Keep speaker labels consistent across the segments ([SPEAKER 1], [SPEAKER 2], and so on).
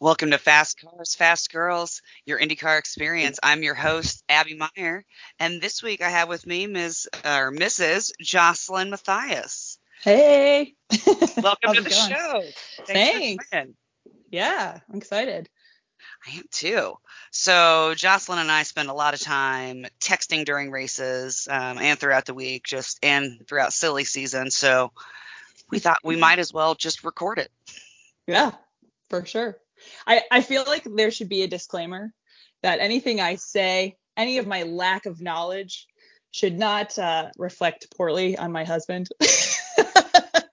[SPEAKER 1] Welcome to Fast Cars, Fast Girls, your IndyCar experience. I'm your host, Abby Meyer, and this week I have with me Ms. or Mrs. Jocelyn Matthias.
[SPEAKER 2] Hey.
[SPEAKER 1] Welcome
[SPEAKER 2] How's
[SPEAKER 1] to
[SPEAKER 2] it
[SPEAKER 1] the
[SPEAKER 2] going?
[SPEAKER 1] show. Thanks. for
[SPEAKER 2] Thanks.
[SPEAKER 1] coming.
[SPEAKER 2] Yeah, I'm excited.
[SPEAKER 1] I am too. So Jocelyn and I spend a lot of time texting during races um, and throughout the week, just and throughout silly season. So we thought we might as well just record it.
[SPEAKER 2] Yeah, for sure. I, I feel like there should be a disclaimer that anything I say, any of my lack of knowledge, should not uh, reflect poorly on my husband.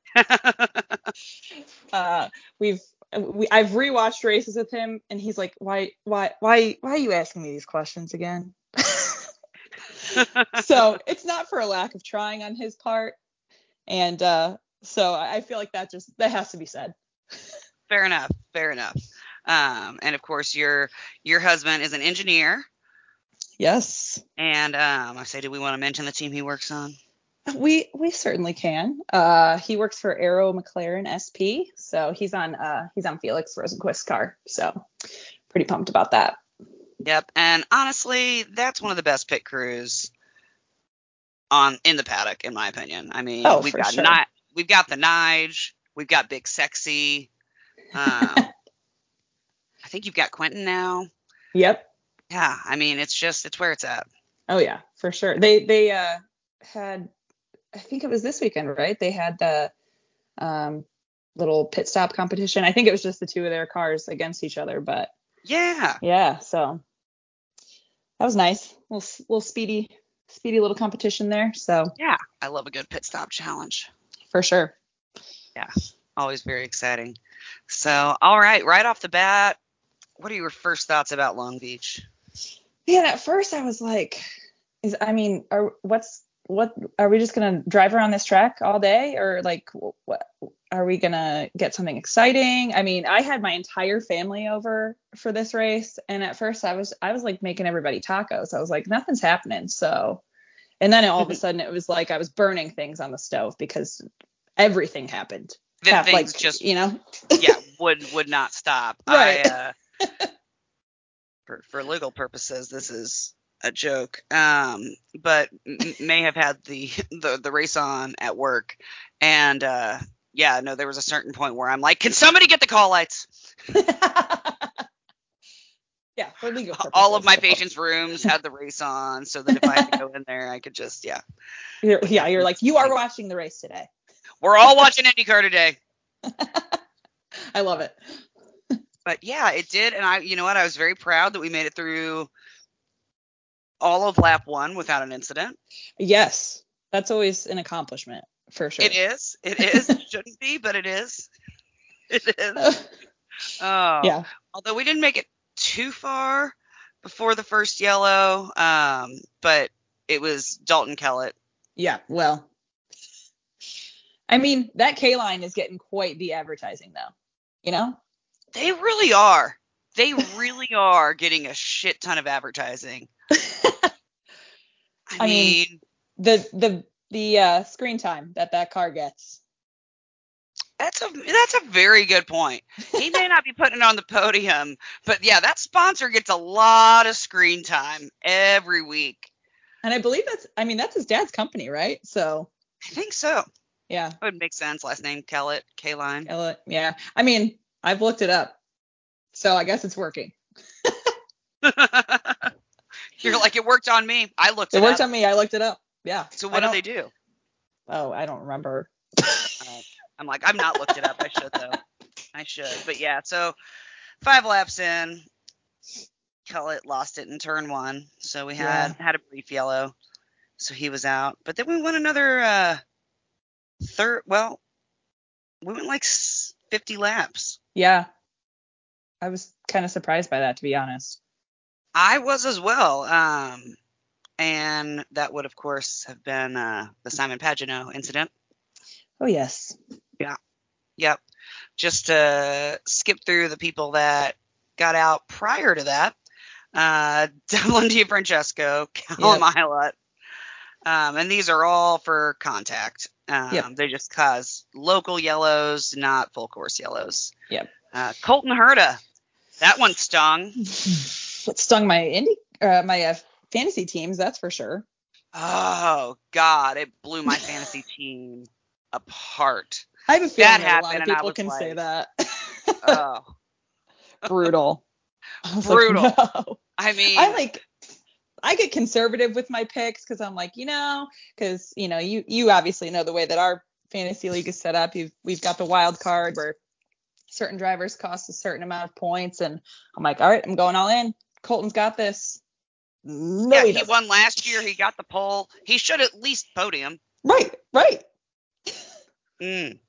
[SPEAKER 2] uh, we've we, I've rewatched races with him, and he's like, "Why, why, why, why are you asking me these questions again?" so it's not for a lack of trying on his part, and uh, so I I feel like that just that has to be said.
[SPEAKER 1] fair enough fair enough um, and of course your your husband is an engineer
[SPEAKER 2] Yes,
[SPEAKER 1] and um, i say do we want to mention the team he works on
[SPEAKER 2] we we certainly can. Uh, he works for Aero McLaren SP, so he's on uh, he's on Felix Rosenquist's car. So pretty pumped about that.
[SPEAKER 1] yep and honestly that's one of the best pit crews on in the paddock in my opinion i mean
[SPEAKER 2] Oh,
[SPEAKER 1] we've
[SPEAKER 2] for
[SPEAKER 1] got
[SPEAKER 2] sure.
[SPEAKER 1] Ni- we've got the nige we've got big sexy um, i think you've got quentin now
[SPEAKER 2] Yep.
[SPEAKER 1] yeah i mean it's just it's where it's at
[SPEAKER 2] Oh yeah, for sure. They they uh, had I think it was this weekend, right? They had the um, little pit stop competition. I think it was just the two of their cars against each other, but
[SPEAKER 1] yeah
[SPEAKER 2] yeah, so that was nice. Little s- little speedy speedy little competition there. So
[SPEAKER 1] yeah i love a good pit stop challenge
[SPEAKER 2] for sure.
[SPEAKER 1] always very exciting. So, all right, right off the bat, what are your first thoughts about Long Beach?
[SPEAKER 2] Man, at first I was like, is I mean, are what's what are we just gonna drive around this track all day or like wh- what are we gonna get something exciting? I mean, I had my entire family over for this race, and at first I was I was like making everybody tacos. I was like, nothing's happening. So, and then all of a sudden it was like I was burning things on the stove because everything happened.
[SPEAKER 1] The
[SPEAKER 2] Half,
[SPEAKER 1] things
[SPEAKER 2] like,
[SPEAKER 1] just
[SPEAKER 2] you know,
[SPEAKER 1] yeah would would not stop.
[SPEAKER 2] Right.
[SPEAKER 1] I, uh, for for legal purposes, this is a joke. Um, but m- may have had the the the race on at work, and uh, yeah, no, there was a certain point where I'm like, can somebody get the call lights?
[SPEAKER 2] yeah, for legal
[SPEAKER 1] All of
[SPEAKER 2] purposes,
[SPEAKER 1] my
[SPEAKER 2] course.
[SPEAKER 1] patients' rooms had the race on, so that if I had to go in there, I could just yeah.
[SPEAKER 2] You're, yeah, you're like you are watching the race today.
[SPEAKER 1] We're all watching IndyCar today.
[SPEAKER 2] I love it.
[SPEAKER 1] but yeah, it did. And I, you know what? I was very proud that we made it through all of lap one without an incident.
[SPEAKER 2] Yes, that's always an accomplishment for sure.
[SPEAKER 1] It is. It is. it shouldn't be, but it is. It is. Oh.
[SPEAKER 2] Oh, yeah,
[SPEAKER 1] Although we didn't make it too far before the first yellow, um, but it was Dalton Kellett.
[SPEAKER 2] yeah. Well, I mean that K line is getting quite the advertising though. You know?
[SPEAKER 1] They really are. They really are getting a shit ton of advertising. I,
[SPEAKER 2] I
[SPEAKER 1] mean,
[SPEAKER 2] mean- The the the uh, screen time that that car gets.
[SPEAKER 1] That's a that's a very good point. He may not be putting it on the podium, but yeah, that sponsor gets a lot of screen time every week.
[SPEAKER 2] And I believe that's I mean that's his dad's company, right? So
[SPEAKER 1] I think so.
[SPEAKER 2] yeah,
[SPEAKER 1] That would make sense. Last name Kellett, K line.
[SPEAKER 2] Ella- yeah. I mean I've looked it up, so I guess it's working.
[SPEAKER 1] You're like it worked on me. I looked
[SPEAKER 2] It
[SPEAKER 1] it,
[SPEAKER 2] worked
[SPEAKER 1] up.
[SPEAKER 2] on me. I looked it up. Yeah.
[SPEAKER 1] so
[SPEAKER 2] I
[SPEAKER 1] what do
[SPEAKER 2] don't-
[SPEAKER 1] they do?
[SPEAKER 2] Oh, I don't remember.
[SPEAKER 1] I'm like I'm not looked it up. I should though. I should. But yeah, so five laps in, Kellett lost it in turn one. So we had had a brief yellow. So he was out. But then we went another uh third well we went like s- 50 laps.
[SPEAKER 2] Yeah. I was kind of surprised by that, to be honest.
[SPEAKER 1] I was as well. Um and that would of course have been uh the Simon Pagino incident.
[SPEAKER 2] Oh, yes.
[SPEAKER 1] Yep. Just to skip through the people that got out prior to that. Uh, Devlin DiFrancesco, Callum Ilott. Um, and these are all for contact. Um,
[SPEAKER 2] Yep.
[SPEAKER 1] They just cause local yellows, not full course yellows.
[SPEAKER 2] Yep.
[SPEAKER 1] Uh, Colton Herta That one stung.
[SPEAKER 2] It stung my indie, uh, my uh, fantasy teams, that's for sure.
[SPEAKER 1] Oh God, it blew my fantasy team apart.
[SPEAKER 2] I have a feeling
[SPEAKER 1] That
[SPEAKER 2] that, a lot
[SPEAKER 1] happened,
[SPEAKER 2] of
[SPEAKER 1] and I
[SPEAKER 2] people
[SPEAKER 1] was
[SPEAKER 2] can say
[SPEAKER 1] like-
[SPEAKER 2] that.
[SPEAKER 1] Oh,
[SPEAKER 2] Brutal. I was like,
[SPEAKER 1] Brutal.
[SPEAKER 2] "No."
[SPEAKER 1] I mean,
[SPEAKER 2] I like I get conservative with my picks because I'm like, you know, because you know, you you obviously know the way that our fantasy league is set up. You've we've got the wild card where certain drivers cost a certain amount of points, and I'm like, all right, I'm going all in. Colton's got this. No,
[SPEAKER 1] yeah,
[SPEAKER 2] he
[SPEAKER 1] he
[SPEAKER 2] doesn't.
[SPEAKER 1] won last year. He got the pole. He should at least podium.
[SPEAKER 2] Right, right.
[SPEAKER 1] Mm.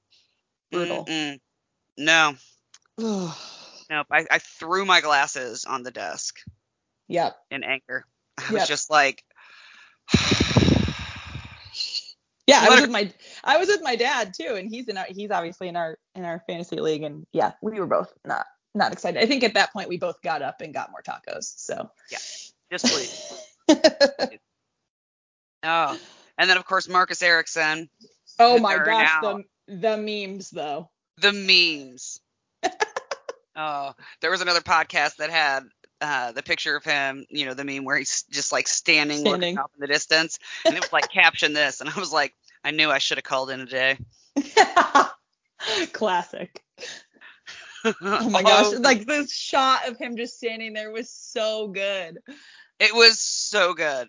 [SPEAKER 2] Brutal.
[SPEAKER 1] Mm-mm. No,
[SPEAKER 2] Ugh.
[SPEAKER 1] nope. I, I threw my glasses on the desk
[SPEAKER 2] yep.
[SPEAKER 1] in anger. I was
[SPEAKER 2] Yep.
[SPEAKER 1] just like,
[SPEAKER 2] Yeah, I
[SPEAKER 1] What
[SPEAKER 2] was
[SPEAKER 1] a-
[SPEAKER 2] with my I was with my dad too, and he's in our he's obviously in our in our fantasy league, and yeah, we were both not not excited. I think at that point we both got up and got more tacos. So
[SPEAKER 1] just please. Oh, and then of course Marcus Erickson,
[SPEAKER 2] oh
[SPEAKER 1] That
[SPEAKER 2] my
[SPEAKER 1] they're
[SPEAKER 2] gosh,
[SPEAKER 1] now-
[SPEAKER 2] the the memes though.
[SPEAKER 1] the memes. oh, there was another podcast that had uh, the picture of him. You know, the meme where he's just like standing,
[SPEAKER 2] Standing.
[SPEAKER 1] looking up in the distance, and it was like caption this, and I was like, I knew I should have called in today.
[SPEAKER 2] Classic. Oh my gosh, like the shot of him just standing there was so good.
[SPEAKER 1] it was so good.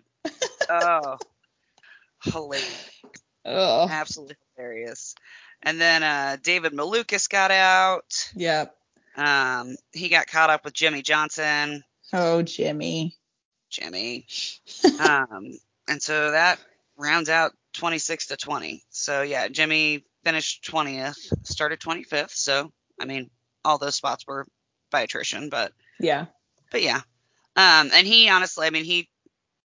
[SPEAKER 1] oh, hilarious,
[SPEAKER 2] Oh,
[SPEAKER 1] absolutely hilarious. And then uh, David Malukas got out.
[SPEAKER 2] yeah.
[SPEAKER 1] Um, he got caught up with Jimmy Johnson,
[SPEAKER 2] Oh, Jimmy.
[SPEAKER 1] Jimmy. um, and so that rounds out 26 to 20. So yeah, Jimmy finished 20th, started 25th. So I mean, all those spots were by attrition, but
[SPEAKER 2] Yeah.
[SPEAKER 1] but yeah. Um, and he honestly, I mean, he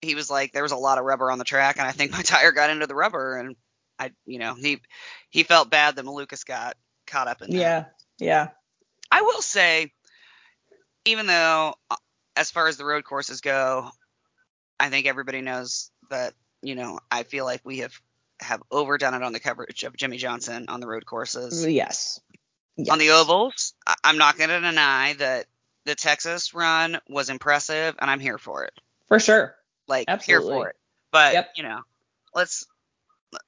[SPEAKER 1] he was like there was a lot of rubber on the track, and I think my tire got into the rubber, and I, you know, he he felt bad that Malukas got caught up in that.
[SPEAKER 2] Yeah. Yeah.
[SPEAKER 1] I will say, even though uh, as far as the road courses go, I think everybody knows that you know I feel like we have have overdone it on the coverage of Jimmy Johnson on the road courses.
[SPEAKER 2] Yes.
[SPEAKER 1] On the ovals, I- I'm not going to deny that the Texas run was impressive, and I'm here for it.
[SPEAKER 2] For sure.
[SPEAKER 1] Like here
[SPEAKER 2] Absolutely.
[SPEAKER 1] for it. But
[SPEAKER 2] Yep.
[SPEAKER 1] you know, let's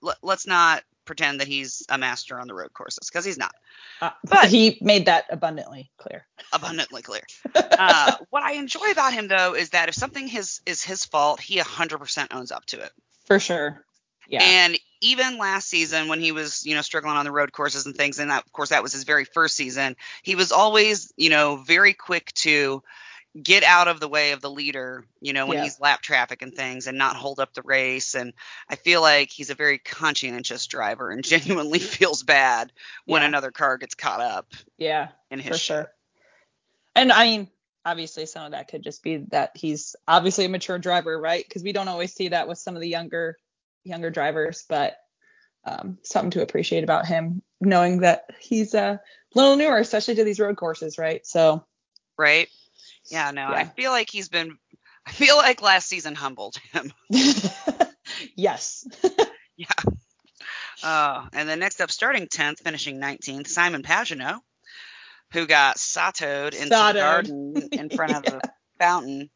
[SPEAKER 1] let, let's not pretend that he's a master on the road courses because he's not.
[SPEAKER 2] Uh,
[SPEAKER 1] But-
[SPEAKER 2] he made that abundantly clear.
[SPEAKER 1] abundantly clear. Uh, what I enjoy about him though is that if something his is his fault, he 100% owns up to it.
[SPEAKER 2] For sure. Yeah.
[SPEAKER 1] And even last season when he was, you know, struggling on the road courses and things and that, of course that was his very first season, he was always, you know, very quick to get out of the way of the leader, you know, when
[SPEAKER 2] Yeah.
[SPEAKER 1] he's lap traffic and things and not hold up the race and I feel like he's a very conscientious driver and genuinely feels bad when
[SPEAKER 2] Yeah.
[SPEAKER 1] another car gets caught up
[SPEAKER 2] yeah.
[SPEAKER 1] in his
[SPEAKER 2] for
[SPEAKER 1] shit.
[SPEAKER 2] sure. And I mean, obviously, some of that could just be that he's obviously a mature driver, right? Because we don't always see that with some of the younger younger drivers, but um, something to appreciate about him, knowing that he's a little newer, especially to these road courses, right? So
[SPEAKER 1] right? Yeah, no, I
[SPEAKER 2] Yeah.
[SPEAKER 1] feel like he's been. I feel like last season humbled him.
[SPEAKER 2] yes,
[SPEAKER 1] Uh, and then next up, starting 10th, finishing 19th, Simon Pagino, who got satoed into
[SPEAKER 2] Satoed.
[SPEAKER 1] the garden in front of a fountain,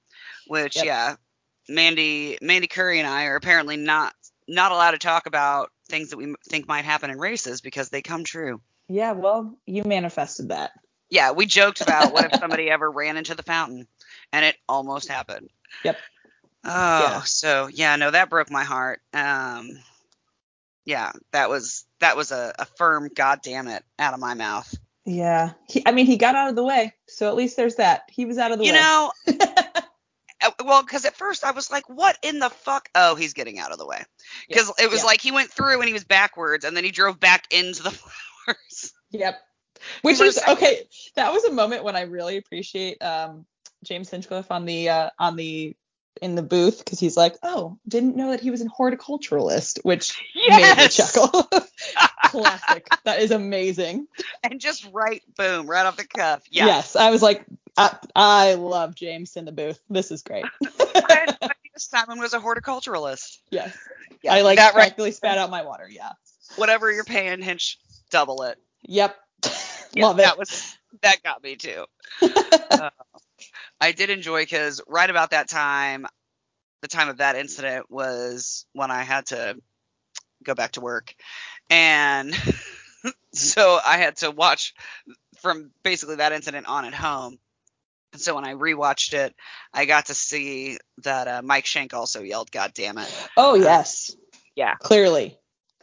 [SPEAKER 1] which
[SPEAKER 2] Yep.
[SPEAKER 1] yeah, Mandy Mandy Curry and I are apparently not not allowed to talk about things that we m- think might happen in races because they come true.
[SPEAKER 2] yeah. Well, you manifested that.
[SPEAKER 1] Yeah, we joked about what if somebody ever ran into the fountain, and it almost happened.
[SPEAKER 2] Yep.
[SPEAKER 1] Oh,
[SPEAKER 2] Yeah.
[SPEAKER 1] so yeah, no, that broke my heart. Um, yeah, that was that was a, a firm goddamn it out of my mouth.
[SPEAKER 2] Yeah, he, I mean, he got out of the way, so at least there's that. He was out of the
[SPEAKER 1] You
[SPEAKER 2] way.
[SPEAKER 1] know, uh, well, because at first I was like, what in the fuck? Oh, he's getting out of the way because it was
[SPEAKER 2] yeah.
[SPEAKER 1] like he went through and he was backwards, and then he drove back into the flowers.
[SPEAKER 2] Yep. Which
[SPEAKER 1] For a
[SPEAKER 2] was
[SPEAKER 1] second.
[SPEAKER 2] okay. That was a moment when I really appreciate um, James Hinchcliffe on the uh, on the in the booth because he's like, oh, didn't know that he was an horticulturalist, which made me chuckle. Classic. That is amazing.
[SPEAKER 1] and just right, boom, right off the cuff. Yeah.
[SPEAKER 2] Yes, I was like, I, I love James in the booth. This is great.
[SPEAKER 1] I, I think Simon was a horticulturalist.
[SPEAKER 2] Yes,
[SPEAKER 1] Yeah,
[SPEAKER 2] I like
[SPEAKER 1] that right.
[SPEAKER 2] practically spat out my water. Yeah.
[SPEAKER 1] Whatever you're paying Hinch, double it.
[SPEAKER 2] Yep.
[SPEAKER 1] Yeah,
[SPEAKER 2] love it.
[SPEAKER 1] That was that got me too. Uh, I did enjoy because right about that time, the time of that incident was when I had to go back to work, and so I had to watch from basically that incident on at home. And so when I rewatched it, I got to see that uh, Mike Shank also yelled, "God damn it!"
[SPEAKER 2] Oh yes.
[SPEAKER 1] yeah.
[SPEAKER 2] Clearly.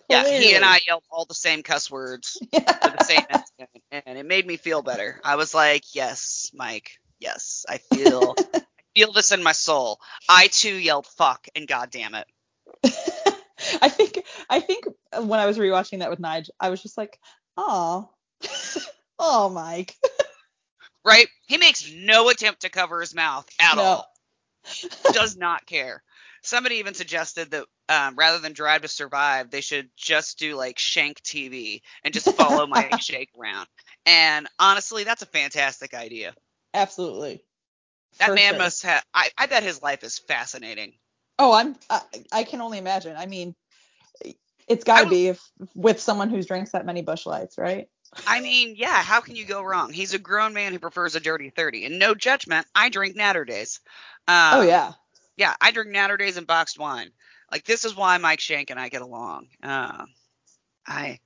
[SPEAKER 1] Yeah, he and
[SPEAKER 2] Clearly.
[SPEAKER 1] I yelled all the same cuss words for the same incident, and it made me feel better. I was like, "Yes, Mike. Yes, I feel, I feel this in my soul. I too yelled fuck and god damn it.
[SPEAKER 2] I think I think when I was rewatching that with Nige, I was just like, oh, oh, Mike.
[SPEAKER 1] Right? He makes no attempt to cover his mouth at
[SPEAKER 2] No.
[SPEAKER 1] all. Does not care. Somebody even suggested that um, rather than Drive to Survive, they should just do like Shank TV and just follow Mike Shake around. And honestly, that's a fantastic idea.
[SPEAKER 2] Absolutely.
[SPEAKER 1] That
[SPEAKER 2] For
[SPEAKER 1] man
[SPEAKER 2] sure.
[SPEAKER 1] must have. I, I bet his life is fascinating.
[SPEAKER 2] Oh, I'm. I, I can only imagine. I mean, it's got
[SPEAKER 1] I
[SPEAKER 2] to be if, with someone who's drinks that many Bush Lights, right?
[SPEAKER 1] I mean, yeah, how can you go wrong? He's a grown man who prefers a dirty 30. And no judgment, I drink Natter Days. Um,
[SPEAKER 2] oh yeah.
[SPEAKER 1] Yeah, I drink Natter Days and boxed wine. Like, this is why Mike Shank and I get along. Uh, I,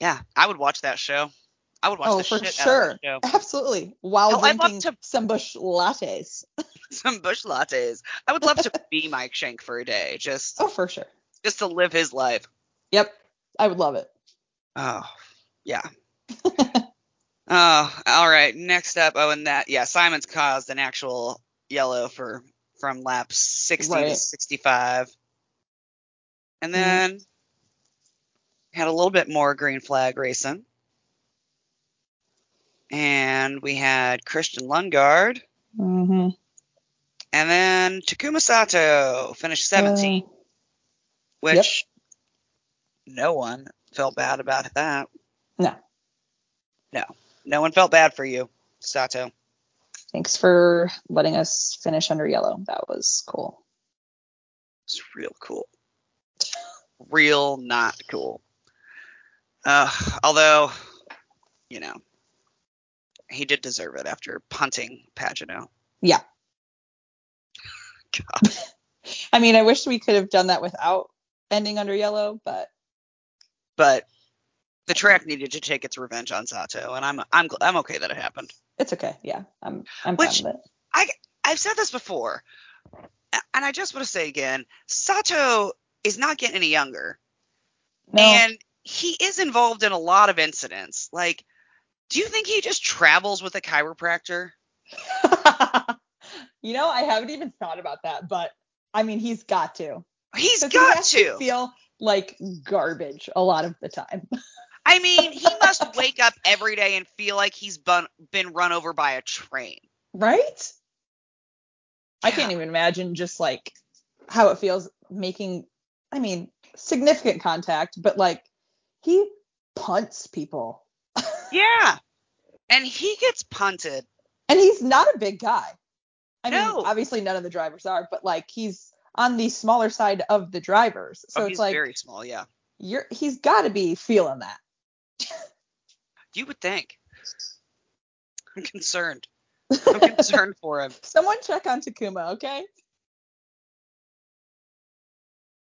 [SPEAKER 1] yeah, I would watch that show. I would watch
[SPEAKER 2] Oh,
[SPEAKER 1] the
[SPEAKER 2] for
[SPEAKER 1] shit out
[SPEAKER 2] sure.
[SPEAKER 1] of that show.
[SPEAKER 2] Absolutely. While
[SPEAKER 1] Hell, I'd love
[SPEAKER 2] drinking
[SPEAKER 1] to-
[SPEAKER 2] some Bush lattes.
[SPEAKER 1] Some bush lattes. I would love to be Mike Shank for a day, just
[SPEAKER 2] Oh, for sure.
[SPEAKER 1] just to live his life.
[SPEAKER 2] Yep. I would love it.
[SPEAKER 1] Oh, yeah. oh, all right. Next up. Oh, and that. Yeah, Simon's caused an actual yellow for from lap 60 to
[SPEAKER 2] Right.
[SPEAKER 1] 65. And then had a little bit more green flag racing. And we had Christian Lundgaard.
[SPEAKER 2] Mm-hmm.
[SPEAKER 1] And then Takuma Sato finished 17th, which no one felt bad about that.
[SPEAKER 2] No.
[SPEAKER 1] No. No one felt bad for you, Sato.
[SPEAKER 2] thanks for letting us finish under yellow. That was cool.
[SPEAKER 1] It's real cool. Real not cool. Uh, although, you know, he did deserve it after punting Pagano.
[SPEAKER 2] Yeah.
[SPEAKER 1] God.
[SPEAKER 2] I mean, I wish we could have done that without ending under yellow, but
[SPEAKER 1] But the track needed to take its revenge on Sato, and I'm I'm gl- I'm okay that it happened.
[SPEAKER 2] it's okay. Yeah, I'm I'm
[SPEAKER 1] Which-
[SPEAKER 2] fine with it.
[SPEAKER 1] I've said this before, a- and I just want to say again, Sato is not getting any younger.
[SPEAKER 2] No,
[SPEAKER 1] And he is involved in a lot of incidents. Like, do you think he just travels with a chiropractor?
[SPEAKER 2] you know, I haven't even thought about that, but I mean, he's got to.
[SPEAKER 1] He's
[SPEAKER 2] 'Cause he
[SPEAKER 1] got
[SPEAKER 2] has
[SPEAKER 1] to.
[SPEAKER 2] feel like garbage a lot of the time.
[SPEAKER 1] I mean, he must wake up every day and feel like he's been, been run over by a train.
[SPEAKER 2] Right? I
[SPEAKER 1] Yeah.
[SPEAKER 2] can't even imagine just like how it feels making, I mean, significant contact, but like he punts people
[SPEAKER 1] Yeah. And he gets punted.
[SPEAKER 2] and he's not a big guy. I
[SPEAKER 1] No.
[SPEAKER 2] mean, obviously none of the drivers are, but like he's on the smaller side of the drivers. So
[SPEAKER 1] oh,
[SPEAKER 2] it's
[SPEAKER 1] he's
[SPEAKER 2] like
[SPEAKER 1] very small. Yeah.
[SPEAKER 2] you're he's got to be feeling that.
[SPEAKER 1] You would think. I'm concerned. I'm concerned for him.
[SPEAKER 2] Someone check on Takuma, okay?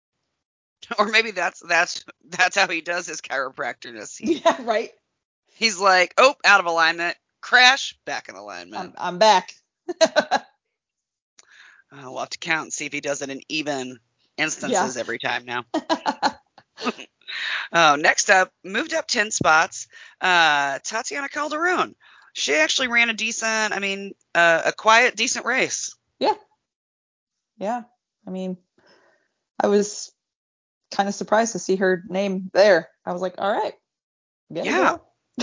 [SPEAKER 1] Or maybe that's that's that's how he does his chiropractorness. He,
[SPEAKER 2] Yeah, right.
[SPEAKER 1] he's like, oh, out of alignment, crash, back in alignment.
[SPEAKER 2] I'm, I'm back.
[SPEAKER 1] Uh, we'll have to count and see if he does it in even instances every time now. oh, next up, moved up 10 spots, uh, Tatiana Calderon. She actually ran a decent, I mean, uh, a quiet, decent race.
[SPEAKER 2] yeah i mean i was kind of surprised to see her name there i was like all right get it,
[SPEAKER 1] Yeah.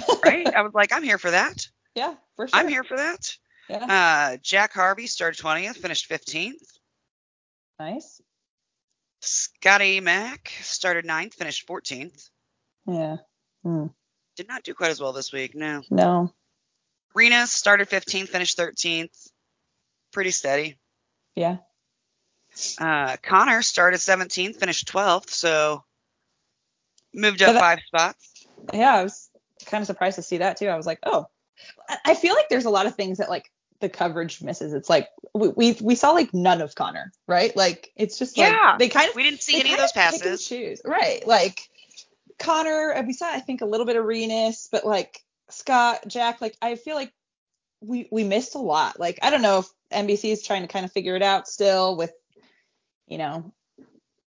[SPEAKER 2] girl.
[SPEAKER 1] Right? I was like, I'm here for that.
[SPEAKER 2] yeah for sure
[SPEAKER 1] I'm here for that.
[SPEAKER 2] yeah
[SPEAKER 1] Uh, Jack Harvey started 20th, finished 15th.
[SPEAKER 2] nice
[SPEAKER 1] Scotty Mack started 9th, finished 14th.
[SPEAKER 2] yeah Hmm.
[SPEAKER 1] Did not do quite as well this week, no.
[SPEAKER 2] no
[SPEAKER 1] Rena started 15th, finished 13th. Pretty steady.
[SPEAKER 2] yeah
[SPEAKER 1] Uh, Connor started 17th, finished 12th, so moved up
[SPEAKER 2] But that-
[SPEAKER 1] five spots.
[SPEAKER 2] yeah i was kind of surprised to see that too i was like oh I- I feel like there's a lot of things that like the coverage misses. It's like we we, we saw like none of Connor, right? Like it's just like
[SPEAKER 1] Yeah.
[SPEAKER 2] they kind of
[SPEAKER 1] We didn't see
[SPEAKER 2] they
[SPEAKER 1] any of
[SPEAKER 2] kind
[SPEAKER 1] those
[SPEAKER 2] pick and
[SPEAKER 1] passes.
[SPEAKER 2] choose. Right. Like Connor, and we saw I think a little bit of Renus, but like Scott, Jack, like I feel like we we missed a lot. Like I don't know if NBC is trying to kind of figure it out still with you know,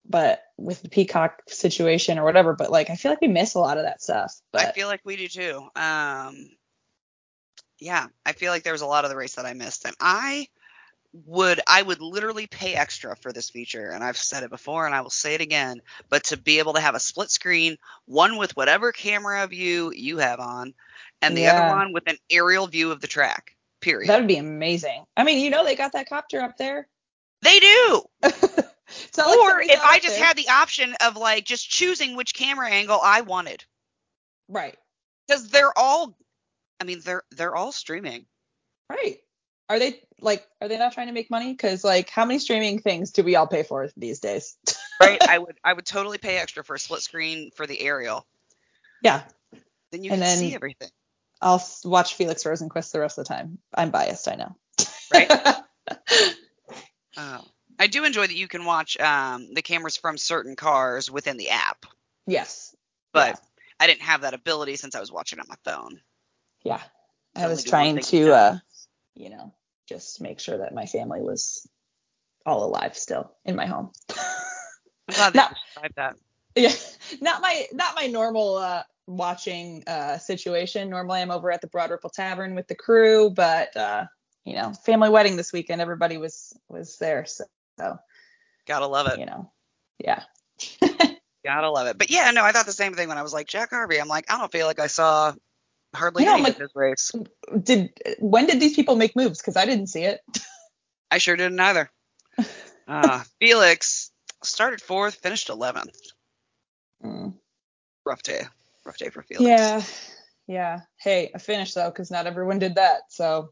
[SPEAKER 2] but with the Peacock situation or whatever, but like I feel like we miss a lot of that stuff. But
[SPEAKER 1] I feel like we do too. Um, yeah, I feel like there was a lot of the race that I missed, and I would I would literally pay extra for this feature, and I've said it before, and I will say it again. But to be able to have a split screen, one with whatever camera view you have on, and the
[SPEAKER 2] Yeah.
[SPEAKER 1] other one with an aerial view of the track. Period.
[SPEAKER 2] That would be amazing. I mean, you know, they got that copter up there.
[SPEAKER 1] they do.
[SPEAKER 2] It's not like
[SPEAKER 1] or
[SPEAKER 2] somebody's
[SPEAKER 1] if
[SPEAKER 2] not
[SPEAKER 1] I
[SPEAKER 2] up
[SPEAKER 1] just
[SPEAKER 2] there.
[SPEAKER 1] had the option of like just choosing which camera angle I wanted,
[SPEAKER 2] right,
[SPEAKER 1] because they're all, I mean, they're they're all streaming.
[SPEAKER 2] right. Are they like? Are they not trying to make money? Because like, how many streaming things do we all pay for these days?
[SPEAKER 1] right i would i would totally pay extra for a split screen for the aerial
[SPEAKER 2] yeah,
[SPEAKER 1] then you
[SPEAKER 2] And
[SPEAKER 1] can
[SPEAKER 2] then-
[SPEAKER 1] see everything
[SPEAKER 2] I'll s- watch Felix Rosenquist the rest of the time. I'm biased, I know.
[SPEAKER 1] Right. um, i do enjoy that you can watch um, the cameras from certain cars within the app
[SPEAKER 2] yes.
[SPEAKER 1] but
[SPEAKER 2] Yeah.
[SPEAKER 1] i didn't have that ability since i was watching on my phone
[SPEAKER 2] yeah. I
[SPEAKER 1] Only
[SPEAKER 2] was
[SPEAKER 1] do one
[SPEAKER 2] trying
[SPEAKER 1] thing
[SPEAKER 2] to,
[SPEAKER 1] now.
[SPEAKER 2] uh, you know, just make sure that my family was all alive still in my home.
[SPEAKER 1] i'm glad they
[SPEAKER 2] Now-
[SPEAKER 1] described that
[SPEAKER 2] yeah not my not my normal uh watching uh situation normally i'm over at the broad ripple tavern with the crew but uh you know family wedding this weekend everybody was was there so, so
[SPEAKER 1] gotta love it
[SPEAKER 2] you know yeah
[SPEAKER 1] gotta love it but yeah no i thought the same thing when i was like jack harvey i'm like i don't feel like i saw hardly
[SPEAKER 2] You know,
[SPEAKER 1] any
[SPEAKER 2] like-
[SPEAKER 1] of his race
[SPEAKER 2] did when did these people make moves because i didn't see it
[SPEAKER 1] i sure didn't either uh, felix started fourth finished 11th
[SPEAKER 2] Mm.
[SPEAKER 1] rough day rough day for felix
[SPEAKER 2] yeah yeah hey a finish though because not everyone did that so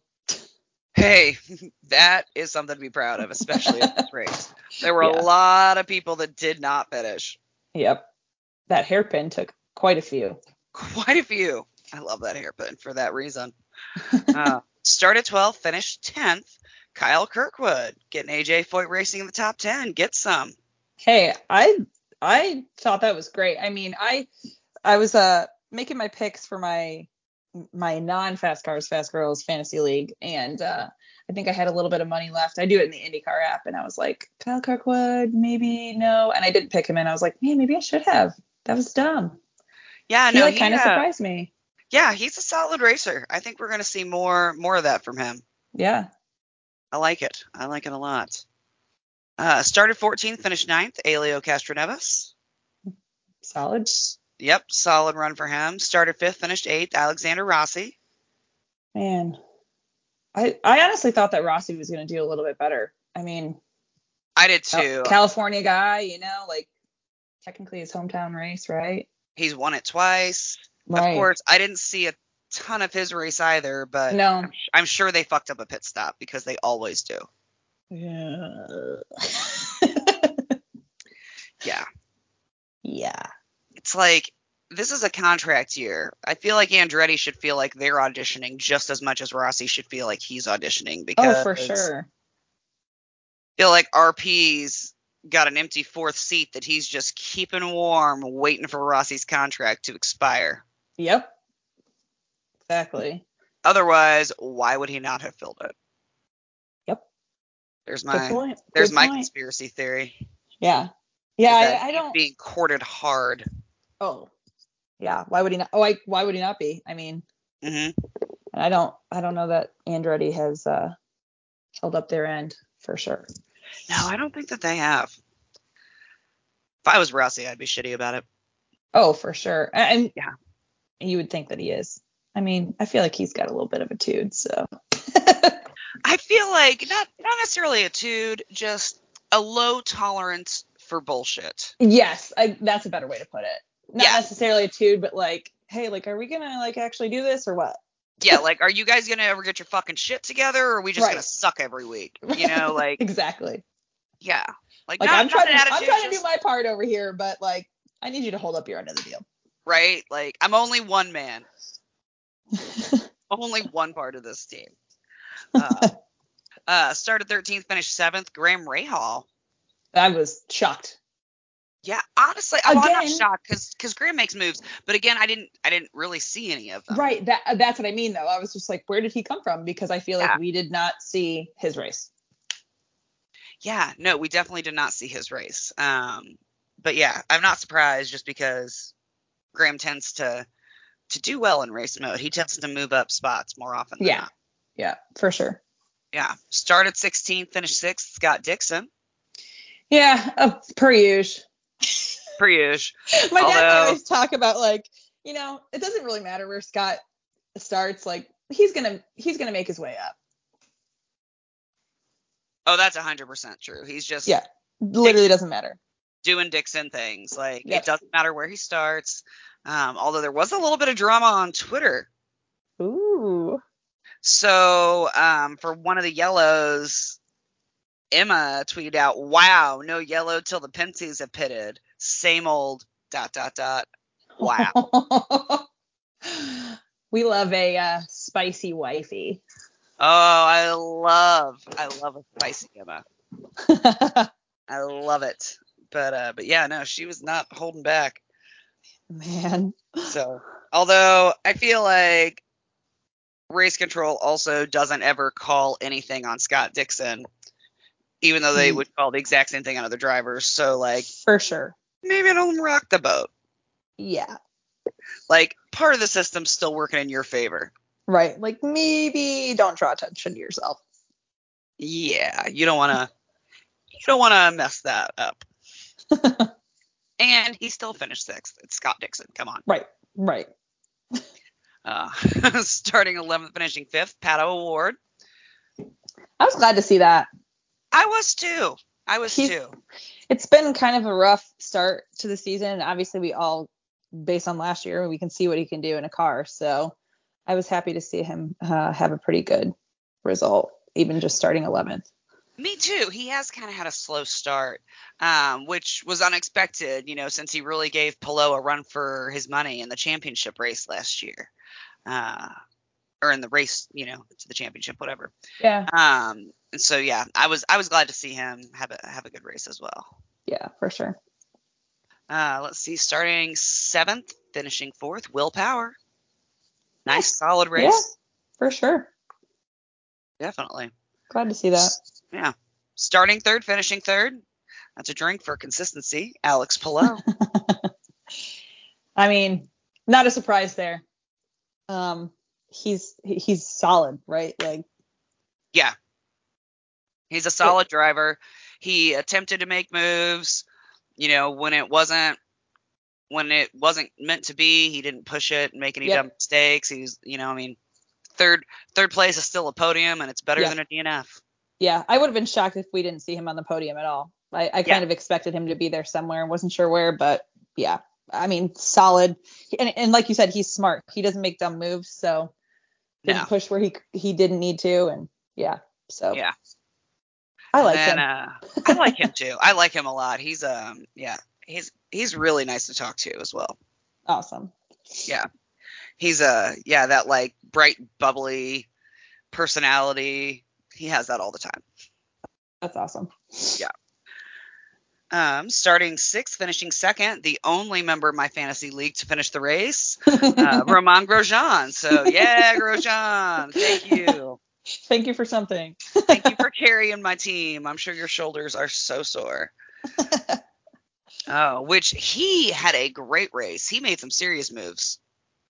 [SPEAKER 1] Hey, that is something to be proud of, especially at this race. There were a
[SPEAKER 2] Yeah.
[SPEAKER 1] lot of people that did not finish.
[SPEAKER 2] yep that hairpin took quite a few
[SPEAKER 1] Quite a few. I love that hairpin for that reason. Uh, start at 12th, finished 10th. Kyle Kirkwood getting AJ Foyt racing in the top 10. Get some.
[SPEAKER 2] Hey, I I thought that was great. I mean, I I was uh making my picks for my my non fast cars fast girls fantasy league and uh I think I had a little bit of money left. I do it in the IndyCar app and I was like, Kyle Kirkwood, maybe no. And I didn't pick him and I was like, man, maybe I should have. That was dumb.
[SPEAKER 1] Yeah,
[SPEAKER 2] he
[SPEAKER 1] no,
[SPEAKER 2] like
[SPEAKER 1] he,
[SPEAKER 2] kind of
[SPEAKER 1] uh,
[SPEAKER 2] surprised me.
[SPEAKER 1] yeah, he's a solid racer. I think we're going to see more more of that from him.
[SPEAKER 2] Yeah.
[SPEAKER 1] I like it. I like it a lot. Uh, started 14th, finished 9th. Elio Castroneves.
[SPEAKER 2] Solid.
[SPEAKER 1] Yep, solid run for him. Started fifth, finished eighth. Alexander Rossi.
[SPEAKER 2] Man. I I honestly thought that Rossi was gonna do a little bit better. I mean,
[SPEAKER 1] I did
[SPEAKER 2] Cal-
[SPEAKER 1] too.
[SPEAKER 2] California guy, you know, like technically his hometown race, right?
[SPEAKER 1] He's won it twice. Of course, I didn't see a ton of his race either, but
[SPEAKER 2] No.
[SPEAKER 1] I'm sure they fucked up a pit stop because they always do.
[SPEAKER 2] Yeah.
[SPEAKER 1] Yeah,
[SPEAKER 2] yeah.
[SPEAKER 1] it's like this is a contract year. I feel like Andretti should feel like they're auditioning just as much as Rossi should feel like he's auditioning because
[SPEAKER 2] Oh, for
[SPEAKER 1] I
[SPEAKER 2] sure.
[SPEAKER 1] feel like RP's got an empty fourth seat that he's just keeping warm, waiting for Rossi's contract to expire.
[SPEAKER 2] Yep. Exactly.
[SPEAKER 1] Otherwise, why would he not have filled it?
[SPEAKER 2] Yep.
[SPEAKER 1] There's
[SPEAKER 2] Good
[SPEAKER 1] my
[SPEAKER 2] point.
[SPEAKER 1] there's
[SPEAKER 2] Good
[SPEAKER 1] my
[SPEAKER 2] point.
[SPEAKER 1] conspiracy theory.
[SPEAKER 2] Yeah.
[SPEAKER 1] is
[SPEAKER 2] Yeah,
[SPEAKER 1] that
[SPEAKER 2] I, I
[SPEAKER 1] he's
[SPEAKER 2] don't.
[SPEAKER 1] being courted hard.
[SPEAKER 2] Oh. Yeah. Why would he not? Oh, I, why would he not be? I mean,
[SPEAKER 1] hmm
[SPEAKER 2] I don't. I don't know that Andretti has uh, held up their end for sure.
[SPEAKER 1] No, I don't think that they have. If I was Rossi, I'd be shitty about it.
[SPEAKER 2] Oh, for sure. A- And
[SPEAKER 1] Yeah.
[SPEAKER 2] you would think that he is. I mean, I feel like he's got a little bit of a tude, so.
[SPEAKER 1] I feel like not not necessarily a dude, just a low tolerance for bullshit.
[SPEAKER 2] yes, I, that's a better way to put it. Not
[SPEAKER 1] Yeah.
[SPEAKER 2] necessarily a tude, but like, hey, like, are we gonna like actually do this or what?
[SPEAKER 1] Yeah, like are you guys gonna ever get your fucking shit together, or are we just gonna
[SPEAKER 2] Right.
[SPEAKER 1] suck every week? You know, like
[SPEAKER 2] Exactly.
[SPEAKER 1] yeah, like,
[SPEAKER 2] Like,
[SPEAKER 1] not,
[SPEAKER 2] I'm trying to,
[SPEAKER 1] not an
[SPEAKER 2] I'm
[SPEAKER 1] attitude,
[SPEAKER 2] trying to
[SPEAKER 1] just-
[SPEAKER 2] do my part over here, but like, I need you to hold up your end of the deal.
[SPEAKER 1] right? Like I'm only one man. only one part of this team. Uh, uh, started 13th, finished 7th. Graham Rahal.
[SPEAKER 2] I was shocked.
[SPEAKER 1] Yeah, honestly, I'm, I'm not
[SPEAKER 2] Again-
[SPEAKER 1] shocked because Graham makes moves, but again, I didn't I didn't really see any of them.
[SPEAKER 2] Right. That that's what I mean though. I was just like, where did he come from? Because I feel
[SPEAKER 1] Yeah.
[SPEAKER 2] like we did not see his race.
[SPEAKER 1] Yeah, no, we definitely did not see his race. Um, but yeah, I'm not surprised just because Graham tends to to do well in race mode. He tends to move up spots more often. Than
[SPEAKER 2] Yeah.
[SPEAKER 1] Not.
[SPEAKER 2] Yeah, for sure.
[SPEAKER 1] Yeah. Started 16th, finished sixth. Scott Dixon,
[SPEAKER 2] Yeah, uh, per usual.
[SPEAKER 1] per usual.
[SPEAKER 2] My dad and I
[SPEAKER 1] Although-
[SPEAKER 2] always talk about like, you know, it doesn't really matter where Scott starts. Like he's gonna he's gonna make his way up.
[SPEAKER 1] Oh, that's 100% true. He's just
[SPEAKER 2] Yeah. Literally doesn't matter.
[SPEAKER 1] doing Dixon things. Like
[SPEAKER 2] Yep.
[SPEAKER 1] it doesn't matter where he starts. Um, although there was a little bit of drama on Twitter
[SPEAKER 2] Ooh.
[SPEAKER 1] So um, for one of the yellows, Emma tweeted out, "Wow, no yellow till the Pinsies have pitted. Same old dot dot dot. Wow,
[SPEAKER 2] we love a uh, spicy wifey.
[SPEAKER 1] oh I love, I love a spicy Emma. I love it. But uh, but yeah, no, she was not holding back.
[SPEAKER 2] Man.
[SPEAKER 1] So although I feel like race control also doesn't ever call anything on Scott Dixon." Even though they
[SPEAKER 2] Mm.
[SPEAKER 1] would call the exact same thing on other drivers, so like
[SPEAKER 2] For sure.
[SPEAKER 1] maybe I don't rock the boat.
[SPEAKER 2] Yeah.
[SPEAKER 1] like part of the system's still working in your favor.
[SPEAKER 2] Right. Like maybe don't draw attention to yourself.
[SPEAKER 1] Yeah, you don't want to you don't want to mess that up. and he still finished sixth. It's Scott Dixon. Come on.
[SPEAKER 2] Right. Right.
[SPEAKER 1] Uh, starting 11th, finishing fifth. Pato Award.
[SPEAKER 2] I was glad to see that.
[SPEAKER 1] I was too. I was
[SPEAKER 2] He's-
[SPEAKER 1] too.
[SPEAKER 2] It's been kind of a rough start to the season. and Obviously, we all, based on last year, we can see what he can do in a car. So I was happy to see him uh, have a pretty good result, even just starting 11th.
[SPEAKER 1] Me too. He has kind of had a slow start, um, which was unexpected, you know, since he really gave Pelot a run for his money in the championship race last year, uh, or in the race, you know, to the championship, whatever.
[SPEAKER 2] Yeah.
[SPEAKER 1] Um, and so yeah, I was I was glad to see him have a have a good race as well.
[SPEAKER 2] Yeah, for sure.
[SPEAKER 1] Uh, let's see, starting seventh, finishing fourth, willpower. Nice solid race,
[SPEAKER 2] Yeah, for sure.
[SPEAKER 1] definitely.
[SPEAKER 2] Glad to see that.
[SPEAKER 1] Yeah, starting third, finishing third. That's a drink for consistency. Alex Pillow.
[SPEAKER 2] I mean, not a surprise there. Um, he's he- he's solid, right? Like,
[SPEAKER 1] He's a solid driver. He attempted to make moves. You know, when it wasn't when it wasn't meant to be, he didn't push it and make any
[SPEAKER 2] Yep.
[SPEAKER 1] dumb mistakes. He was, you know, I mean, third third place is still a podium, and it's better
[SPEAKER 2] Yeah.
[SPEAKER 1] than a DNF.
[SPEAKER 2] yeah, I would have been shocked if we didn't see him on the podium at all. I, I
[SPEAKER 1] Yeah.
[SPEAKER 2] kind of expected him to be there somewhere and wasn't sure where, but yeah, I mean, solid. And, and like you said, he's smart. He doesn't make dumb moves, so didn't
[SPEAKER 1] No.
[SPEAKER 2] push where he he didn't need to, and yeah, so
[SPEAKER 1] Yeah.
[SPEAKER 2] I like
[SPEAKER 1] and,
[SPEAKER 2] him.
[SPEAKER 1] Uh, I like him too. I like him a lot. He's um, yeah, he's he's really nice to talk to as well.
[SPEAKER 2] awesome.
[SPEAKER 1] He's uh, yeah, that like bright, bubbly personality. He has that all the time.
[SPEAKER 2] That's awesome.
[SPEAKER 1] Um, starting sixth, finishing second, the only member of my fantasy league to finish the race, uh, Roman Grosjean. So yeah, Grosjean, thank you,
[SPEAKER 2] Thank you for something.
[SPEAKER 1] thank you for carrying my team. I'm sure your shoulders are so sore. Oh, which he had a great race. He made some serious moves.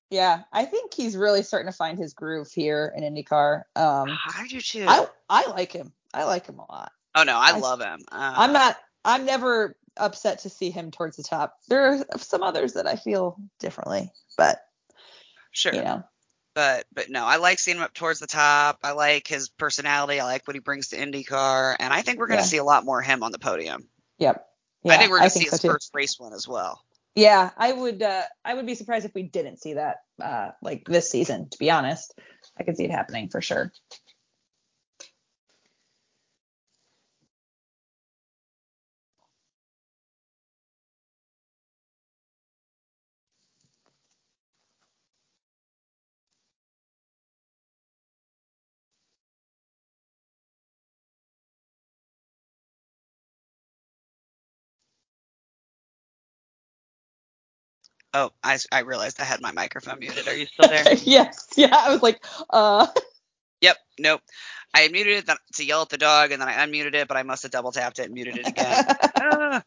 [SPEAKER 2] Yeah, I think he's really starting to find his groove here in IndyCar. Um,
[SPEAKER 1] I do too.
[SPEAKER 2] I I like him. I like him a lot.
[SPEAKER 1] oh no, I,
[SPEAKER 2] I-
[SPEAKER 1] love him. Uh,
[SPEAKER 2] I'm not. I'm never upset to see him towards the top. There are some others that I feel differently, but
[SPEAKER 1] sure,
[SPEAKER 2] you know,
[SPEAKER 1] but but no, I like seeing him up towards the top. I like his personality. I like what he brings to IndyCar, and I think we're going to
[SPEAKER 2] Yeah.
[SPEAKER 1] see a lot more of him on the podium.
[SPEAKER 2] yep. Yeah,
[SPEAKER 1] I think we're going to see
[SPEAKER 2] so
[SPEAKER 1] his
[SPEAKER 2] too.
[SPEAKER 1] first race win as well.
[SPEAKER 2] Yeah, I would. Uh, I would be surprised if we didn't see that uh, like this season. To be honest, I could see it happening for sure.
[SPEAKER 1] Oh, I, I realized I had my microphone muted. Are you still there?
[SPEAKER 2] yes. Yeah. I was like, uh,
[SPEAKER 1] Yep. Nope. I had muted it th- to yell at the dog, and then I unmuted it, but I must have double tapped it and muted it again. Ah.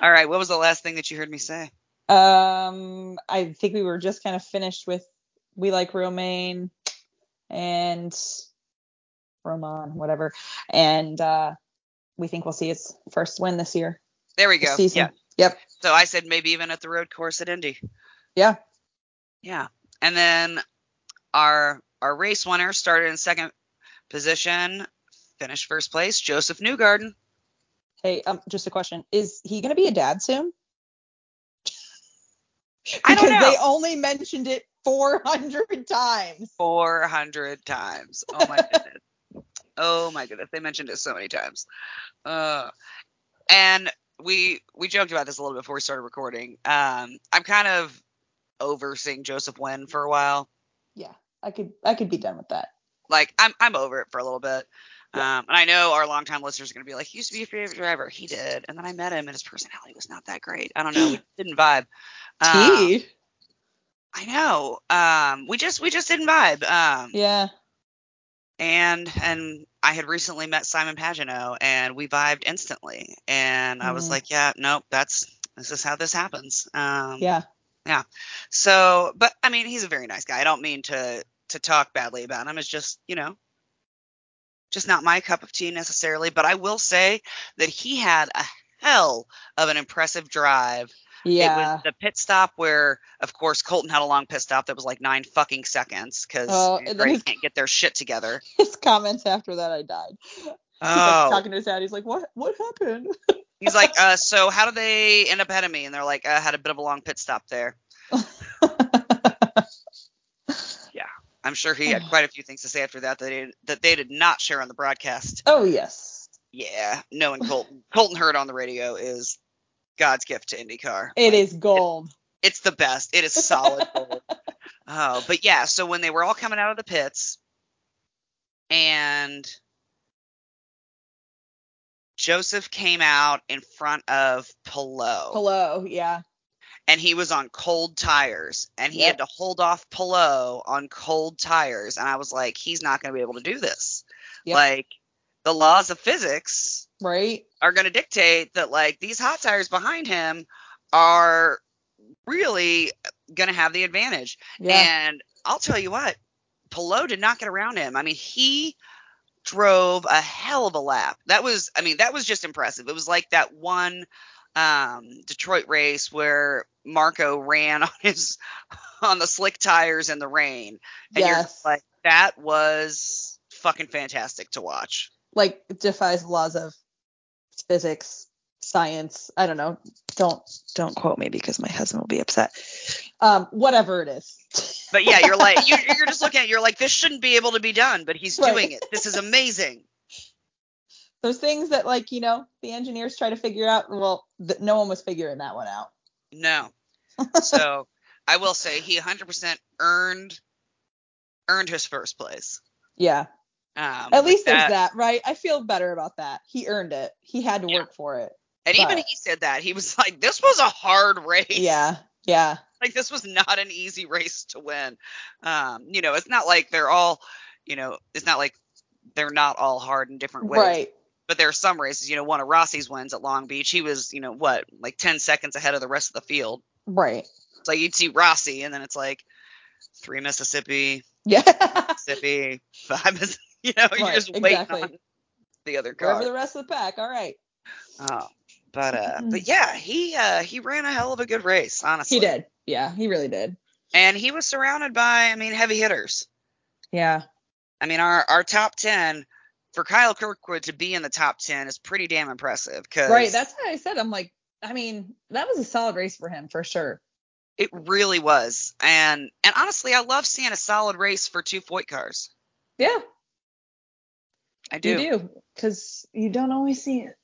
[SPEAKER 1] All right. What was the last thing that you heard me say?
[SPEAKER 2] um, I think we were just kind of finished with we like romaine and Roman, whatever, and uh, we think we'll see its first win this year.
[SPEAKER 1] There we
[SPEAKER 2] this
[SPEAKER 1] go.
[SPEAKER 2] season.
[SPEAKER 1] Yeah.
[SPEAKER 2] Yep.
[SPEAKER 1] So I said maybe even at the road course at Indy.
[SPEAKER 2] Yeah.
[SPEAKER 1] Yeah. And then our our race winner started in second position, finished first place, Joseph Newgarden.
[SPEAKER 2] Hey, um, just a question: Is he gonna be a dad soon?
[SPEAKER 1] I don't
[SPEAKER 2] because
[SPEAKER 1] know.
[SPEAKER 2] they only mentioned it 400 times.
[SPEAKER 1] 400 times. Oh my goodness. Oh my goodness. They mentioned it so many times. Uh, and we we joked about this a little bit before we started recording. Um, I'm kind of over seeing Joseph win for a while.
[SPEAKER 2] Yeah, I could I could be done with that.
[SPEAKER 1] Like I'm I'm over it for a little bit. Um, and I know our longtime listeners are going to be like, he used to be your favorite driver. He did. And then I met him and his personality was not that great. I don't know. We didn't vibe. Um,
[SPEAKER 2] Gee.
[SPEAKER 1] I know. Um, we just, we just didn't vibe. Um,
[SPEAKER 2] yeah.
[SPEAKER 1] and and I had recently met Simon Pagino and we vibed instantly and I was
[SPEAKER 2] Mhm.
[SPEAKER 1] like yeah nope that's this is how this happens um
[SPEAKER 2] Yeah.
[SPEAKER 1] so but I mean he's a very nice guy I don't mean to to talk badly about him it's just you know just not my cup of tea necessarily but I will say that he had a hell of an impressive drive it
[SPEAKER 2] Yeah.
[SPEAKER 1] was the pit stop where of course Colton had a long pit stop that was like 9 fucking seconds cuz
[SPEAKER 2] Oh,
[SPEAKER 1] they
[SPEAKER 2] and then his-
[SPEAKER 1] can't get their shit together
[SPEAKER 2] His comments after that, I died. He's like
[SPEAKER 1] oh
[SPEAKER 2] talking to his dad. He's like, "What? What happened?"
[SPEAKER 1] He's like, uh, so how do they end up ahead of me? And they're like, uh, had a bit of a long pit stop there. I'm sure he had quite a few things to say after that that they, that they did not share on the broadcast.
[SPEAKER 2] oh yes,
[SPEAKER 1] Yeah, knowing Colton, Colton Hurd on the radio is God's gift to IndyCar.
[SPEAKER 2] it is gold.
[SPEAKER 1] It's the best. It is solid gold. Oh, but yeah. So when they were all coming out of the pits, and Joseph came out in front of Pillow.
[SPEAKER 2] Hello, yeah,
[SPEAKER 1] and he was on cold tires and he
[SPEAKER 2] Yep.
[SPEAKER 1] had to hold off Pillow on cold tires and I was like he's not going to be able to do this.
[SPEAKER 2] Yep.
[SPEAKER 1] Like the laws of physics
[SPEAKER 2] right.
[SPEAKER 1] are going to dictate that like these hot tires behind him are really going to have the advantage.
[SPEAKER 2] Yeah,
[SPEAKER 1] And I'll tell you what, Pillow did not get around him. I mean, he drove a hell of a lap. That was, I mean, that was just impressive. It was like that one um, Detroit race where Marco ran on his on the slick tires in the rain, and you're
[SPEAKER 2] yes.
[SPEAKER 1] just like, that was fucking fantastic to watch.
[SPEAKER 2] like defies the laws of physics science i don't know don't don't quote me because my husband will be upset um whatever it is
[SPEAKER 1] But yeah, you're like, you're, you're just looking at, it, you're like, this shouldn't be able to be done, but he's
[SPEAKER 2] Right.
[SPEAKER 1] doing it. This is amazing.
[SPEAKER 2] those things that like you know the engineers try to figure out well th- no one was figuring that one out
[SPEAKER 1] No. So I will say he 100% earned earned his first place.
[SPEAKER 2] yeah
[SPEAKER 1] Um,
[SPEAKER 2] at least
[SPEAKER 1] with
[SPEAKER 2] there's that right i feel better about that he earned it he had to work for it
[SPEAKER 1] And even
[SPEAKER 2] but-
[SPEAKER 1] he said that he was like, "This was a hard race.
[SPEAKER 2] yeah yeah
[SPEAKER 1] Like this was not an easy race to win. Um, you know, it's not like they're all, you know, it's not like they're not all hard in different ways.
[SPEAKER 2] right
[SPEAKER 1] But there are some races. You know, one of Rossi's wins at Long Beach, he was, you know, what like 10 seconds ahead of the rest of the field.
[SPEAKER 2] right
[SPEAKER 1] It's like you'd see Rossi, and then it's like three Mississippi,
[SPEAKER 2] yeah
[SPEAKER 1] Mississippi, five. Miss- You know, Oh, you're
[SPEAKER 2] Right,
[SPEAKER 1] just waiting
[SPEAKER 2] exactly.
[SPEAKER 1] on the other car.
[SPEAKER 2] Wherever the rest of the pack all right
[SPEAKER 1] Oh, but uh, but yeah, he uh, he ran a hell of a good race, honestly.
[SPEAKER 2] he did yeah he really did
[SPEAKER 1] and he was surrounded by, I mean, heavy hitters.
[SPEAKER 2] yeah
[SPEAKER 1] I mean, our our top ten for Kyle Kirkwood to be in the top ten is pretty damn impressive. Cause
[SPEAKER 2] Right. That's what I said. I'm like, I mean, that was a solid race for him for sure.
[SPEAKER 1] it really was. And and honestly, I love seeing a solid race for two Foyt cars.
[SPEAKER 2] Yeah,
[SPEAKER 1] I do.
[SPEAKER 2] you do. Because you don't always see it.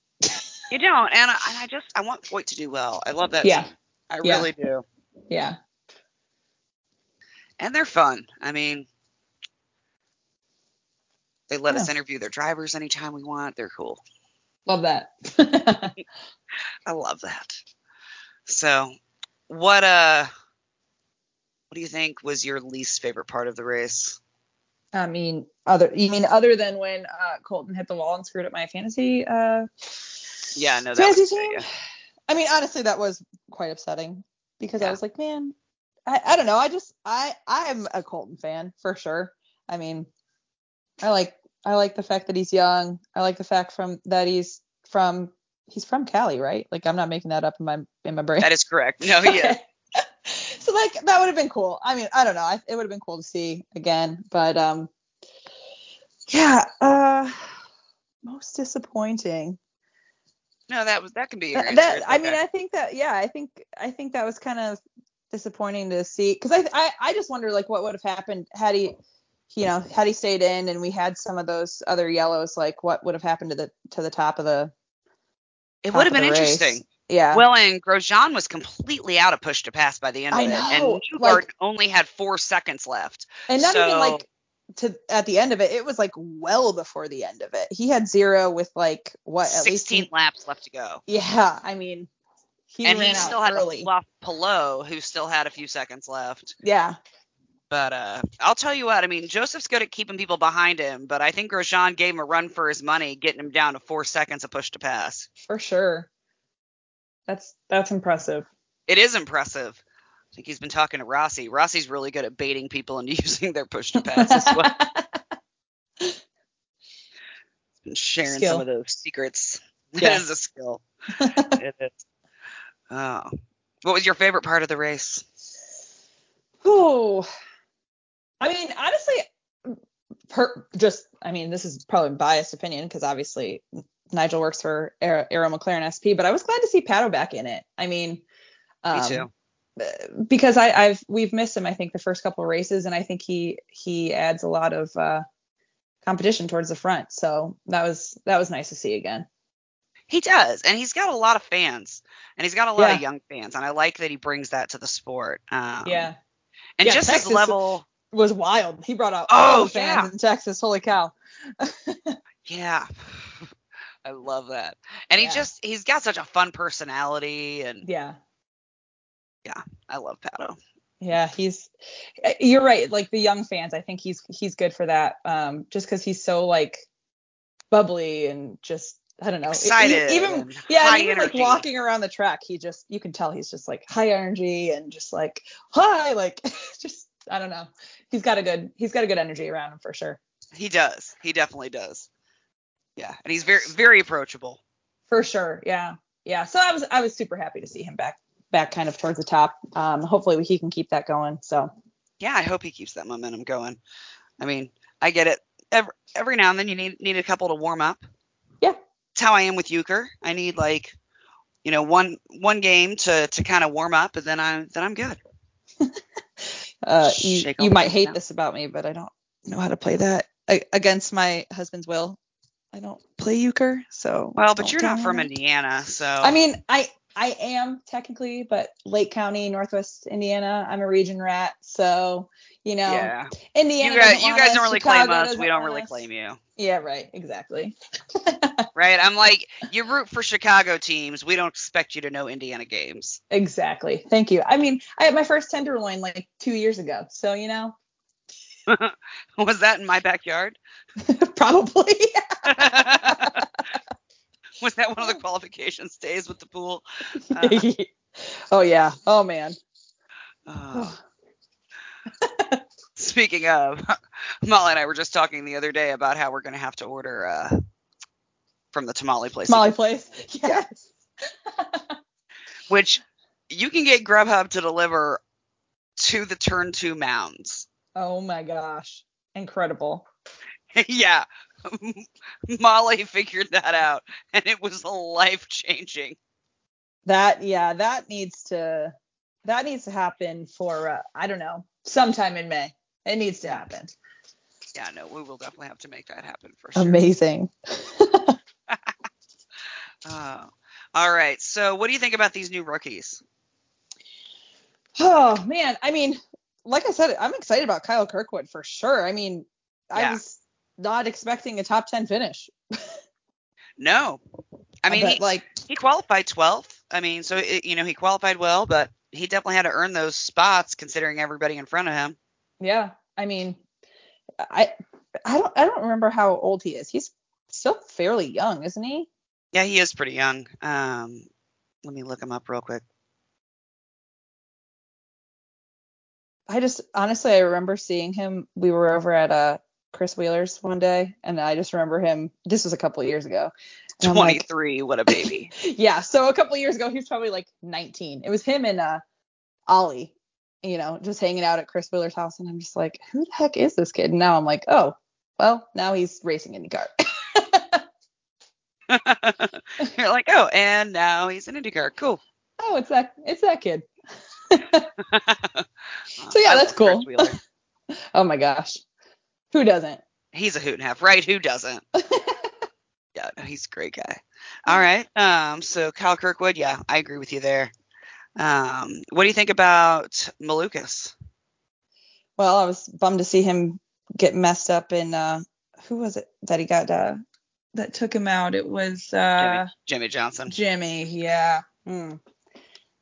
[SPEAKER 1] You don't. And I, and I just I want Foyt to do well. I love that.
[SPEAKER 2] yeah.
[SPEAKER 1] team. I
[SPEAKER 2] yeah.
[SPEAKER 1] really do.
[SPEAKER 2] Yeah.
[SPEAKER 1] And they're fun. I mean. They let us
[SPEAKER 2] Yeah.
[SPEAKER 1] interview their drivers anytime we want. They're cool.
[SPEAKER 2] Love that.
[SPEAKER 1] I love that. So, what uh what do you think was your least favorite part of the race?
[SPEAKER 2] I mean, other you mean other than when uh, Colton hit the wall and screwed up my fantasy uh,
[SPEAKER 1] Yeah, no, that
[SPEAKER 2] fantasy
[SPEAKER 1] was-
[SPEAKER 2] team?
[SPEAKER 1] yeah.
[SPEAKER 2] I mean, honestly, that was quite upsetting because I
[SPEAKER 1] Yeah.
[SPEAKER 2] was like, man, I, I don't know. I just I I'm a Colton fan for sure. I mean, I like I like the fact that he's young. I like the fact from that he's from he's from Cali, right? Like I'm not making that up in my in my brain.
[SPEAKER 1] That is correct. No, yeah.
[SPEAKER 2] Okay. so like that would have been cool. I mean, I don't know. I, it would have been cool to see again, but um, yeah. Uh, most disappointing.
[SPEAKER 1] No, that was that can be your
[SPEAKER 2] That,
[SPEAKER 1] answer.
[SPEAKER 2] that-
[SPEAKER 1] It's
[SPEAKER 2] I mean,
[SPEAKER 1] okay.
[SPEAKER 2] I think that yeah, I think I think that was kind of disappointing to see because I, I I just wonder like what would have happened had he you know had he stayed in and we had some of those other yellows like what would have happened to the to the top of the
[SPEAKER 1] it
[SPEAKER 2] top
[SPEAKER 1] would have
[SPEAKER 2] of
[SPEAKER 1] been
[SPEAKER 2] the race.
[SPEAKER 1] interesting.
[SPEAKER 2] yeah
[SPEAKER 1] Well, and Grosjean was completely out of push to pass by the end of
[SPEAKER 2] I
[SPEAKER 1] it,
[SPEAKER 2] know,
[SPEAKER 1] and Newgard
[SPEAKER 2] like-
[SPEAKER 1] only had four seconds left.
[SPEAKER 2] And not
[SPEAKER 1] So-
[SPEAKER 2] even like to at the end of it, it was like well before the end of it. He had zero with like what at least
[SPEAKER 1] Sixteen laps left to go,
[SPEAKER 2] yeah, I mean, he
[SPEAKER 1] and
[SPEAKER 2] ran
[SPEAKER 1] he
[SPEAKER 2] out
[SPEAKER 1] still had
[SPEAKER 2] early.
[SPEAKER 1] to bluff Pillow, who still had a few seconds left.
[SPEAKER 2] yeah,
[SPEAKER 1] But uh, I'll tell you what, I mean, Joseph's good at keeping people behind him, but I think Grosjean gave him a run for his money, getting him down to four seconds of push to pass.
[SPEAKER 2] for sure. That's that's impressive.
[SPEAKER 1] It is impressive. I think he's been talking to Rossi. Rossi's really good at baiting people and using their push to pass as well. and sharing
[SPEAKER 2] Skill.
[SPEAKER 1] some of those secrets.
[SPEAKER 2] Yeah.
[SPEAKER 1] It is a skill. it is. Oh. What was your favorite part of the race?
[SPEAKER 2] Ooh. I mean, honestly, per, just I mean, this is probably a biased opinion because obviously Nigel works for Aero, Aero McLaren SP, but I was glad to see Pato back in it. I mean, um,
[SPEAKER 1] Me too.
[SPEAKER 2] because I, I've we've missed him. I think the first couple of races, and I think he he adds a lot of uh, competition towards the front. So that was that was nice to see again.
[SPEAKER 1] He does, and he's got a lot of fans, and he's got a lot
[SPEAKER 2] Yeah.
[SPEAKER 1] of young fans, and I like that he brings that to the sport. Um,
[SPEAKER 2] yeah,
[SPEAKER 1] and
[SPEAKER 2] Yeah,
[SPEAKER 1] just
[SPEAKER 2] Texas-
[SPEAKER 1] his level.
[SPEAKER 2] it was wild. He brought out
[SPEAKER 1] Oh,
[SPEAKER 2] all the fans
[SPEAKER 1] yeah.
[SPEAKER 2] in Texas. Holy cow!
[SPEAKER 1] Yeah. I love that. And
[SPEAKER 2] Yeah.
[SPEAKER 1] he just he's got such a fun personality and
[SPEAKER 2] Yeah,
[SPEAKER 1] I love Pato.
[SPEAKER 2] yeah. He's eh, you're right. Like the young fans, I think he's he's good for that. Um, just because he's so like bubbly and just I don't know. e- e-
[SPEAKER 1] Excited.
[SPEAKER 2] even
[SPEAKER 1] and
[SPEAKER 2] Yeah,
[SPEAKER 1] high
[SPEAKER 2] and even
[SPEAKER 1] energy.
[SPEAKER 2] like walking around the track, he just you can tell he's just like high energy and just like hi, like just I don't know. He's got a good he's got a good energy around him for sure.
[SPEAKER 1] He does. He definitely does. Yeah. And he's very very approachable.
[SPEAKER 2] For sure. Yeah. Yeah. So I was I was super happy to see him back back kind of towards the top. Um hopefully he can keep that going. So
[SPEAKER 1] Yeah, I hope he keeps that momentum going. I mean, I get it. Every, every now and then you need need a couple to warm up.
[SPEAKER 2] Yeah.
[SPEAKER 1] It's how I am with Euchre. I need like you know, one one game to to kind of warm up and then I'm then I'm good.
[SPEAKER 2] uh you,
[SPEAKER 1] Shake
[SPEAKER 2] you
[SPEAKER 1] off
[SPEAKER 2] might
[SPEAKER 1] things
[SPEAKER 2] hate
[SPEAKER 1] now.
[SPEAKER 2] this about me, but I don't know how to play that I, against my husband's will. I don't play euchre, so
[SPEAKER 1] Well, but
[SPEAKER 2] don't
[SPEAKER 1] you're not
[SPEAKER 2] tell
[SPEAKER 1] from
[SPEAKER 2] him.
[SPEAKER 1] Indiana, so
[SPEAKER 2] I mean, I I am technically, but Lake County, Northwest Indiana. I'm a region rat, so you know,
[SPEAKER 1] yeah.
[SPEAKER 2] Indiana.
[SPEAKER 1] you guys,
[SPEAKER 2] doesn't
[SPEAKER 1] you
[SPEAKER 2] want
[SPEAKER 1] guys
[SPEAKER 2] us,
[SPEAKER 1] don't really
[SPEAKER 2] Chicago
[SPEAKER 1] claim us.
[SPEAKER 2] doesn't
[SPEAKER 1] We don't
[SPEAKER 2] want
[SPEAKER 1] really
[SPEAKER 2] us.
[SPEAKER 1] claim you,
[SPEAKER 2] Yeah, right. Exactly.
[SPEAKER 1] right? I'm like, you root for Chicago teams. We don't expect you to know Indiana games.
[SPEAKER 2] Exactly. Thank you. I mean, I had my first tenderloin like two years ago, so you know,
[SPEAKER 1] Was that in my backyard?
[SPEAKER 2] probably.
[SPEAKER 1] Was that one of the qualification stays with the pool? Uh-huh.
[SPEAKER 2] oh yeah. Oh man.
[SPEAKER 1] Uh, speaking of, Molly and I were just talking the other day about how we're going to have to order uh, from the tamale place,
[SPEAKER 2] Molly place. Yes.
[SPEAKER 1] which you can get Grubhub to deliver to the Turn Two Mounds.
[SPEAKER 2] Oh my gosh. Incredible.
[SPEAKER 1] yeah. Molly figured that out and it was life changing.
[SPEAKER 2] that yeah that needs to that needs to happen for uh, i don't know sometime in may it needs to happen
[SPEAKER 1] Yeah, no, we will definitely have to make that happen for sure.
[SPEAKER 2] amazing
[SPEAKER 1] Oh. All right. So, what do you think about these new rookies?
[SPEAKER 2] oh man i mean like i said i'm excited about kyle kirkwood for sure i mean i
[SPEAKER 1] Yeah.
[SPEAKER 2] was not expecting a top 10 finish
[SPEAKER 1] No. I mean,
[SPEAKER 2] But,
[SPEAKER 1] he,
[SPEAKER 2] like
[SPEAKER 1] he qualified 12th. I mean, so, it, you know, he qualified well, but he definitely had to earn those spots considering everybody in front of him.
[SPEAKER 2] Yeah. I mean, I I don't I don't remember how old he is. He's still fairly young, isn't he?
[SPEAKER 1] Yeah, he is pretty young. Um, let me look him up real quick.
[SPEAKER 2] I just honestly I remember seeing him. We were over at uh Chris Wheeler's one day, and I just remember him. This was a couple of years ago. and I'm
[SPEAKER 1] Twenty
[SPEAKER 2] like,
[SPEAKER 1] three, what a baby.
[SPEAKER 2] yeah. So a couple of years ago, he was probably like 19. It was him and uh Ollie, you know, just hanging out at Chris Wheeler's house, and I'm just like, who the heck is this kid? And now I'm like, oh, well, now he's racing IndyCar.
[SPEAKER 1] You're like, oh, and now he's an IndyCar. Cool.
[SPEAKER 2] oh, it's that it's that kid.
[SPEAKER 1] so
[SPEAKER 2] yeah, that's cool. Oh my gosh, who doesn't?
[SPEAKER 1] he's a hoot and half, right? Who doesn't? yeah, no, he's a great guy. All right. Um, so Kyle Kirkwood, yeah, I agree with you there. Um, what do you think about Malukas?
[SPEAKER 2] Well, I was bummed to see him get messed up in uh who was it that he got uh that took him out? It was uh
[SPEAKER 1] Jimmy Johnson.
[SPEAKER 2] Jimmy, yeah. Hmm.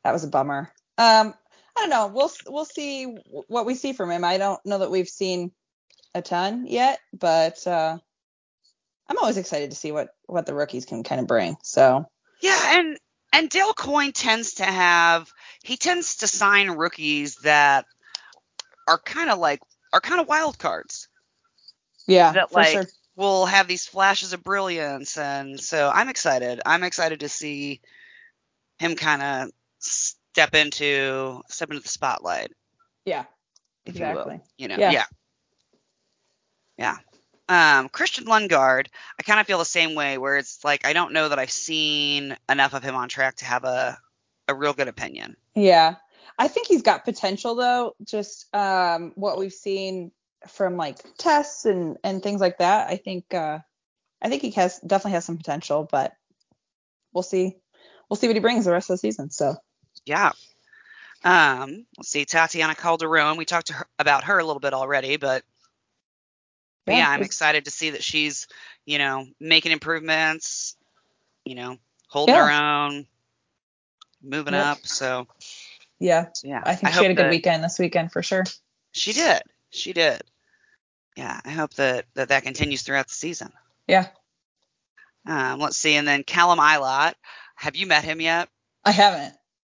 [SPEAKER 2] That was a bummer. Um I don't know. We'll we'll see wh- what we see from him. I don't know that we've seen a ton yet, but uh I'm always excited to see what what the rookies can kind of bring. So,
[SPEAKER 1] Yeah, and and Dale Coyne tends to have he tends to sign rookies that are kind of like are kind of wild cards.
[SPEAKER 2] yeah.
[SPEAKER 1] That,
[SPEAKER 2] for
[SPEAKER 1] like,
[SPEAKER 2] sure.
[SPEAKER 1] We'll have these flashes of brilliance, and so I'm excited. I'm excited to see him kind of step into step into the spotlight.
[SPEAKER 2] Yeah.
[SPEAKER 1] if you will.
[SPEAKER 2] Exactly.
[SPEAKER 1] you know.
[SPEAKER 2] Yeah.
[SPEAKER 1] Yeah. Yeah. Um, Christian Lundgaard, I kind of feel the same way where it's like I don't know that I've seen enough of him on track to have a a real good opinion.
[SPEAKER 2] Yeah. I think he's got potential though, just um what we've seen from like tests and and things like that. I think uh I think he has definitely has some potential, but we'll see. We'll see what he brings the rest of the season. So,
[SPEAKER 1] Yeah. Um, let's see, Tatiana Calderon. We talked to her, about her a little bit already, but but yeah, I'm
[SPEAKER 2] it's-
[SPEAKER 1] excited to see that she's, you know, making improvements, you know, holding her own, moving
[SPEAKER 2] Yep.
[SPEAKER 1] up. So,
[SPEAKER 2] Yeah,
[SPEAKER 1] so yeah,
[SPEAKER 2] I think she
[SPEAKER 1] hope
[SPEAKER 2] had a good
[SPEAKER 1] that-
[SPEAKER 2] weekend this weekend for sure.
[SPEAKER 1] She did. She did. Yeah, I hope that that, that continues throughout the season.
[SPEAKER 2] Yeah.
[SPEAKER 1] Um, let's see. And then Callum Ilott. Have you met him yet?
[SPEAKER 2] I haven't.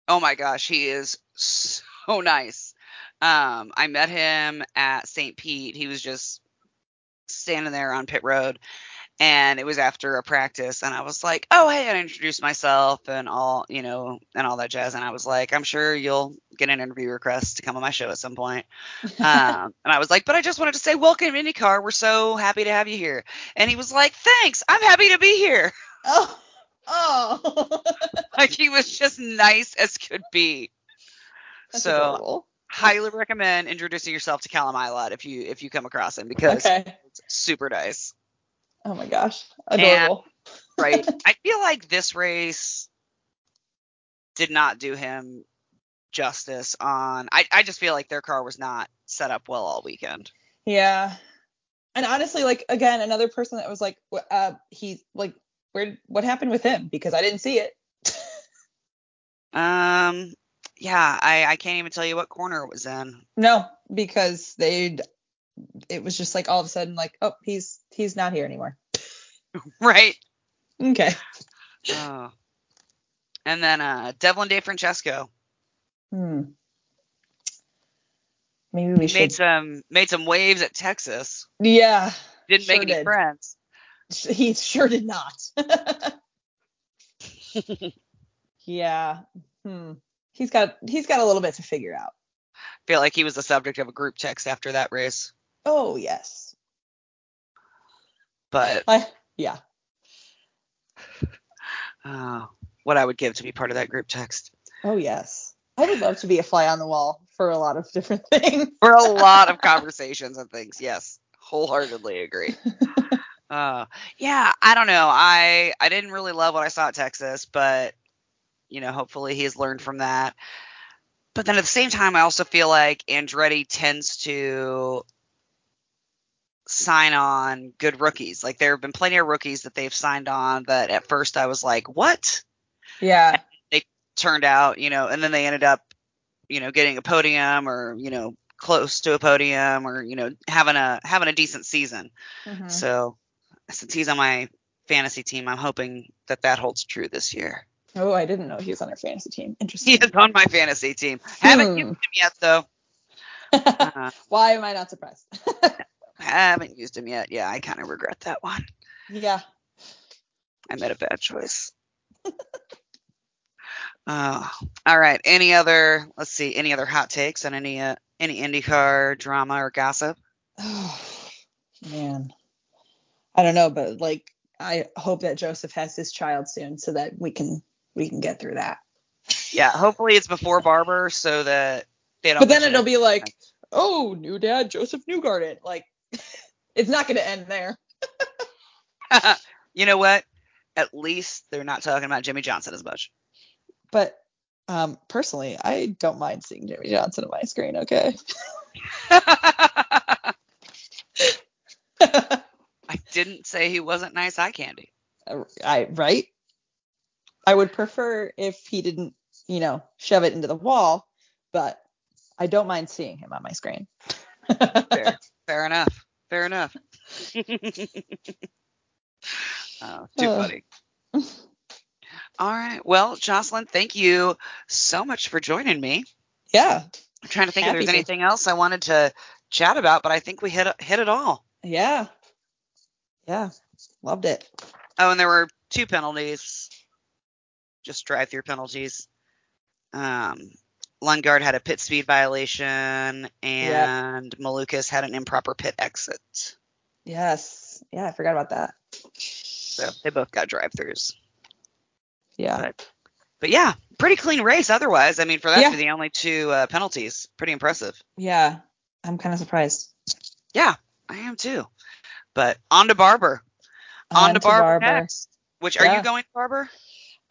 [SPEAKER 1] Oh my gosh, he is so nice. Um, I met him at St. Pete. He was just standing there on pit road, and it was after a practice. And I was like, "Oh, hey!" And I introduced myself and all, you know, and all that jazz. And I was like, "I'm sure you'll get an interview request to come on my show at some point." um, and I was like, but I just wanted to say welcome to IndyCar. We're so happy to have you here. And he was like, thanks. I'm happy to be here.
[SPEAKER 2] oh. Oh.
[SPEAKER 1] Like he was just nice as could be.
[SPEAKER 2] That's
[SPEAKER 1] so
[SPEAKER 2] adorable.
[SPEAKER 1] highly recommend introducing yourself to Callum Ilott if you if you come across him because
[SPEAKER 2] Okay.
[SPEAKER 1] it's super nice.
[SPEAKER 2] Oh my gosh. Adorable.
[SPEAKER 1] Right. I feel like this race did not do him justice on I, I just feel like their car was not set up well all weekend.
[SPEAKER 2] Yeah. And honestly, like again, another person that was like, w- uh, he like, where, what happened with him? Because I didn't see it.
[SPEAKER 1] Um yeah, I, I can't even tell you what corner it was in.
[SPEAKER 2] No, because they, it was just like all of a sudden, like, oh, he's he's not here anymore.
[SPEAKER 1] Right.
[SPEAKER 2] Okay.
[SPEAKER 1] Oh. And then uh, Devlin De Francesco
[SPEAKER 2] Hmm. Maybe we should.
[SPEAKER 1] made some made some waves at Texas.
[SPEAKER 2] yeah,
[SPEAKER 1] Didn't
[SPEAKER 2] Sure
[SPEAKER 1] make any
[SPEAKER 2] did.
[SPEAKER 1] friends.
[SPEAKER 2] he sure did not. yeah. Hmm. He's got he's got a little bit to figure out.
[SPEAKER 1] Feel like he was the subject of a group text after that race.
[SPEAKER 2] Oh yes.
[SPEAKER 1] But
[SPEAKER 2] I, yeah.
[SPEAKER 1] uh, what I would give to be part of that group text
[SPEAKER 2] Oh yes. I would love to be a fly on the wall for a lot of different things.
[SPEAKER 1] for a lot of conversations and things. Yes, wholeheartedly agree. Uh, yeah, I don't know. I I didn't really love what I saw at Texas, but you know, hopefully he's learned from that. But then at the same time, I also feel like Andretti tends to sign on good rookies. Like there have been plenty of rookies that they've signed on that at first I was like, what?
[SPEAKER 2] Yeah.
[SPEAKER 1] Turned out, you know, and then they ended up you know, getting a podium or, you know, close to a podium or, you know, having a having a decent season.
[SPEAKER 2] Mhm.
[SPEAKER 1] So since he's on my fantasy team, I'm hoping that that holds true this year.
[SPEAKER 2] Oh, I didn't know he was on our fantasy team.
[SPEAKER 1] He
[SPEAKER 2] Interesting.
[SPEAKER 1] is on my fantasy team. Haven't used
[SPEAKER 2] Hmm.
[SPEAKER 1] him yet though. Uh,
[SPEAKER 2] Why am I not surprised?
[SPEAKER 1] haven't used him yet. Yeah, I kind of regret that one.
[SPEAKER 2] yeah.
[SPEAKER 1] I made a bad choice. uh, all right. Any other? Let's see. Any other hot takes on any uh, any IndyCar drama or gossip?
[SPEAKER 2] Oh, man. I don't know, but like I hope that Joseph has his child soon so that we can we can get through that.
[SPEAKER 1] Yeah. Hopefully it's before Barber so that they don't.
[SPEAKER 2] But then
[SPEAKER 1] mention
[SPEAKER 2] it'll
[SPEAKER 1] it.
[SPEAKER 2] be like, oh, new dad, Joseph Newgarden. Like it's not gonna end there.
[SPEAKER 1] you know what? At least they're not talking about Jimmy Johnson as much.
[SPEAKER 2] But um personally, I don't mind seeing Jimmy Johnson on my screen, okay?
[SPEAKER 1] I didn't say he wasn't nice eye candy.
[SPEAKER 2] uh, I right? I would prefer if he didn't, you know, shove it into the wall, but I don't mind seeing him on my screen.
[SPEAKER 1] Fair, fair enough. Fair enough. oh, too
[SPEAKER 2] Uh.
[SPEAKER 1] funny. All right. Well, Jocelyn, thank you so much for joining me.
[SPEAKER 2] yeah.
[SPEAKER 1] I'm trying to think
[SPEAKER 2] Happy
[SPEAKER 1] if there's
[SPEAKER 2] to.
[SPEAKER 1] anything else I wanted to chat about, but I think we hit hit it all.
[SPEAKER 2] Yeah. Yeah. Loved it.
[SPEAKER 1] Oh, and there were two penalties, just drive through penalties. Um, Lundgaard had a pit speed violation, and Malukas had an improper pit exit.
[SPEAKER 2] Yes. Yeah, I forgot about that.
[SPEAKER 1] So they both got drive throughs.
[SPEAKER 2] Yeah.
[SPEAKER 1] But, but yeah, pretty clean race otherwise. I mean, for that
[SPEAKER 2] Yeah.
[SPEAKER 1] to be the only two uh, penalties, pretty impressive.
[SPEAKER 2] Yeah. I'm kind of surprised.
[SPEAKER 1] I am too. But on to Barber, On to Barber next. which are
[SPEAKER 2] Yeah.
[SPEAKER 1] you going to Barber?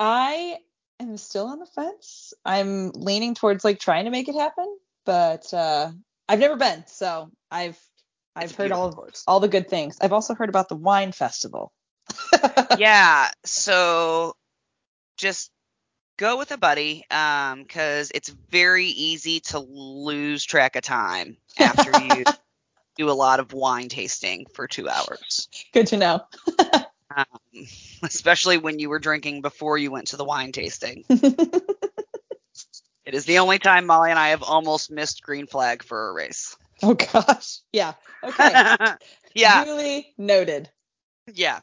[SPEAKER 2] I am still on the fence. I'm leaning towards like trying to make it happen, but uh, I've never been, so I've I've
[SPEAKER 1] It's a
[SPEAKER 2] heard all
[SPEAKER 1] beautiful course.
[SPEAKER 2] all the good things. I've also heard about the wine festival.
[SPEAKER 1] yeah. So just go with a buddy um, 'cause it's very easy to lose track of time after you do a lot of wine tasting for two hours,
[SPEAKER 2] Good to know.
[SPEAKER 1] especially when you were drinking before you went to the wine tasting. It is the only time Molly and I have almost missed green flag for a race.
[SPEAKER 2] oh gosh. Yeah. Okay.
[SPEAKER 1] yeah,
[SPEAKER 2] Duly noted.
[SPEAKER 1] yeah.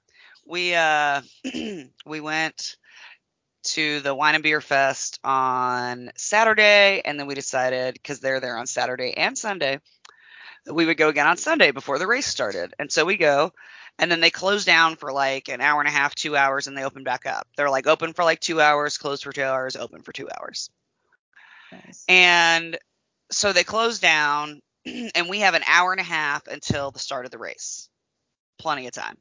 [SPEAKER 1] We uh we went to the wine and beer fest on Saturday and then we decided cuz they're there on Saturday and Sunday that we would go again on Sunday before the race started. And so we go and then they close down for like an hour and a half, 2 hours and they open back up. They're like open for like 2 hours, closed for 2 hours, open for 2 hours.
[SPEAKER 2] Nice.
[SPEAKER 1] And so they close down, and we have an hour and a half until the start of the race. Plenty of time,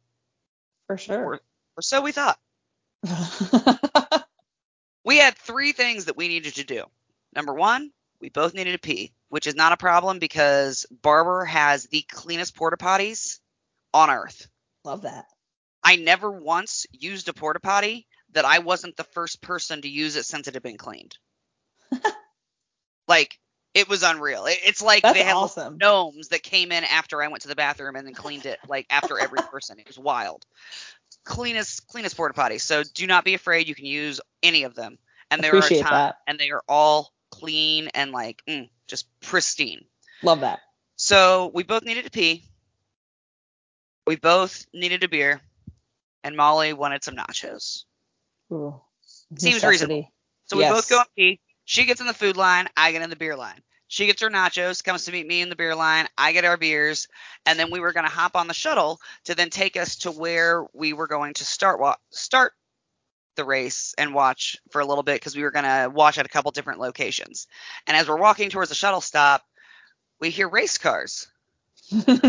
[SPEAKER 2] For sure.
[SPEAKER 1] or so we thought. We had three things that we needed to do. Number one, we both needed to pee, which is not a problem because Barber has the cleanest porta potties on earth.
[SPEAKER 2] Love that.
[SPEAKER 1] I never once used a porta potty that I wasn't the first person to use it since it had been cleaned. like it was unreal. It- it's like
[SPEAKER 2] That's
[SPEAKER 1] they have
[SPEAKER 2] awesome.
[SPEAKER 1] gnomes that came in after I went to the bathroom and then cleaned it like after every person. It was wild. Cleanest cleanest porta potty. So do not be afraid. You can use any of them. And there are
[SPEAKER 2] Appreciate
[SPEAKER 1] time,
[SPEAKER 2] that.
[SPEAKER 1] and they are all clean and like mm, just pristine.
[SPEAKER 2] Love that.
[SPEAKER 1] So we both needed to pee. We both needed a beer, and Molly wanted some nachos.
[SPEAKER 2] Ooh.
[SPEAKER 1] Seems
[SPEAKER 2] Necessity.
[SPEAKER 1] reasonable. So we
[SPEAKER 2] Yes.
[SPEAKER 1] both go and pee. She gets in the food line. I get in the beer line. She gets her nachos, comes to meet me in the beer line. I get our beers, and then we were going to hop on the shuttle to then take us to where we were going to start wa- start the race and watch for a little bit because we were going to watch at a couple different locations. And as we're walking towards the shuttle stop, we hear race cars,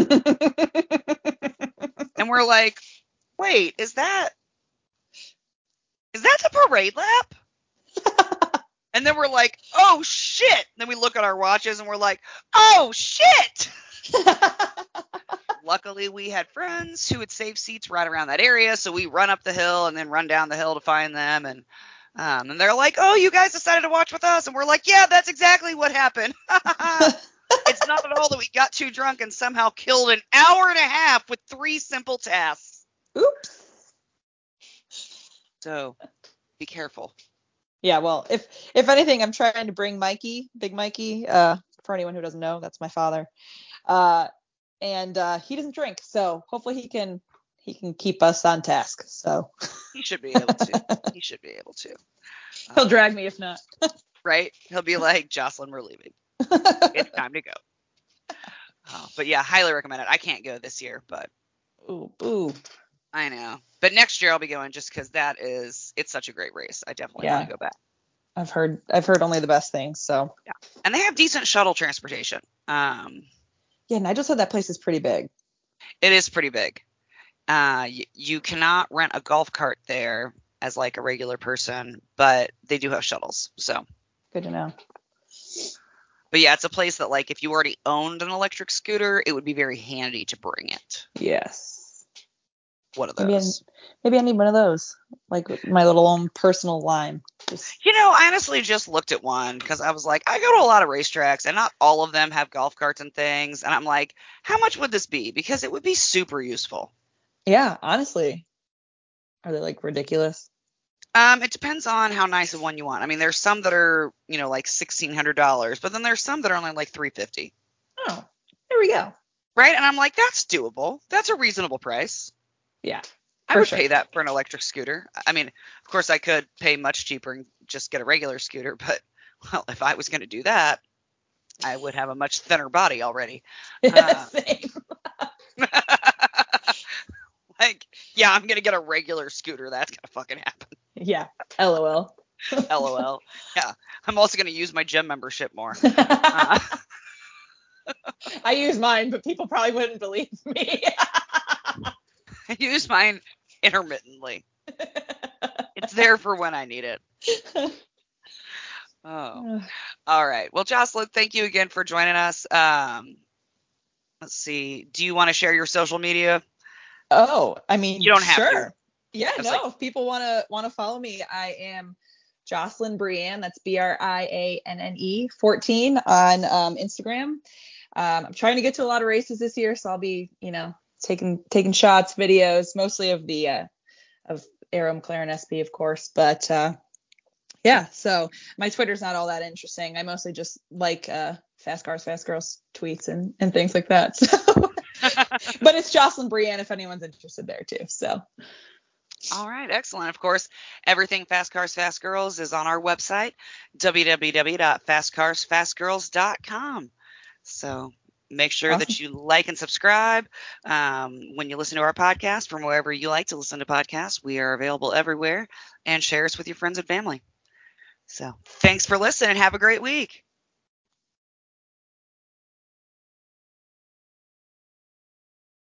[SPEAKER 1] and we're like, "Wait, is that is that the parade lap?" And then we're like, oh shit. Then we look at our watches and we're like, oh shit. Luckily, we had friends who had saved seats right around that area. So we run up the hill and then run down the hill to find them. And Um, and they're like, "Oh, you guys decided to watch with us," and we're like, "Yeah, that's exactly what happened." it's not at all that we got too drunk and somehow killed an hour and a half with three simple tasks.
[SPEAKER 2] Oops.
[SPEAKER 1] So be careful.
[SPEAKER 2] Yeah, well, if if anything, I'm trying to bring Mikey, Big Mikey. Uh, for anyone who doesn't know, that's my father. Uh, and uh, he doesn't drink, so hopefully he can he can keep us on task. So
[SPEAKER 1] He should be able to. he should be able to.
[SPEAKER 2] he'll drag me if not.
[SPEAKER 1] Right? He'll be like, "Jocelyn, we're leaving. It's time to go." Uh, but yeah, highly recommend it. I can't go this year, but
[SPEAKER 2] Ooh, boo.
[SPEAKER 1] I know. But next year I'll be going just because that is it's such a great race. I definitely
[SPEAKER 2] Yeah.
[SPEAKER 1] want to go back.
[SPEAKER 2] I've heard I've heard only the best things. So
[SPEAKER 1] And they have decent shuttle transportation. Um,
[SPEAKER 2] yeah, Nigel said that place is pretty big.
[SPEAKER 1] it is pretty big. Uh, y- you cannot rent a golf cart there as like a regular person, but they do have shuttles. So,
[SPEAKER 2] Good to know.
[SPEAKER 1] but yeah, it's a place that like if you already owned an electric scooter, it would be very handy to bring it.
[SPEAKER 2] Yes.
[SPEAKER 1] One of
[SPEAKER 2] Maybe I,
[SPEAKER 1] those.
[SPEAKER 2] maybe I need one of those, like with my little own personal lime. Just
[SPEAKER 1] You know, I honestly just looked at one because I was like, I go to a lot of racetracks and not all of them have golf carts and things. And I'm like, how much would this be? Because it would be super useful.
[SPEAKER 2] yeah, honestly, are they like ridiculous?
[SPEAKER 1] Um, it depends on how nice of one you want. I mean, there's some that are, you know, like sixteen hundred dollars, but then there's some that are only like three fifty.
[SPEAKER 2] Oh, there we go.
[SPEAKER 1] right? And I'm like, that's doable. That's a reasonable price.
[SPEAKER 2] Yeah,
[SPEAKER 1] I
[SPEAKER 2] for
[SPEAKER 1] would
[SPEAKER 2] sure.
[SPEAKER 1] pay that for an electric scooter. I mean, of course, I could pay much cheaper and just get a regular scooter, but well, if I was going to do that, I would have a much thinner body already.
[SPEAKER 2] Yeah, same.
[SPEAKER 1] like, yeah, I'm going to get a regular scooter. That's going to fucking happen.
[SPEAKER 2] yeah. LOL.
[SPEAKER 1] LOL. yeah. I'm also going to use my gym membership more.
[SPEAKER 2] I
[SPEAKER 1] Uh,
[SPEAKER 2] use mine, but people probably wouldn't believe me.
[SPEAKER 1] I use mine intermittently. It's there for when I need it. Oh. All right. Well, Jocelyn, thank you again for joining us. Um, let's see. Do you want to share your social media?
[SPEAKER 2] Oh, I mean,
[SPEAKER 1] You don't have to.
[SPEAKER 2] sure. Yeah,
[SPEAKER 1] I was
[SPEAKER 2] no.
[SPEAKER 1] like-
[SPEAKER 2] if people want to want to follow me, I am Jocelyn Brianne. That's B R I A N N E 14 on um, Instagram. Um, I'm trying to get to a lot of races this year, so I'll be, you know, taking taking shots, videos, mostly of the uh, of Aero McLaren SP, of course. But uh, yeah, so my Twitter's not all that interesting. I mostly just like uh, fast cars, fast girls tweets and and things like that. So. but it's Jocelyn Brienne if anyone's interested there too. So
[SPEAKER 1] All right. Excellent. Of course, everything Fast Cars, Fast Girls is on our website, www.fastcarsfastgirls.com. So make sure that you like and subscribe um, when you listen to our podcast from wherever you like to listen to podcasts. We are available everywhere and share us with your friends and family. So thanks for listening and have a great week.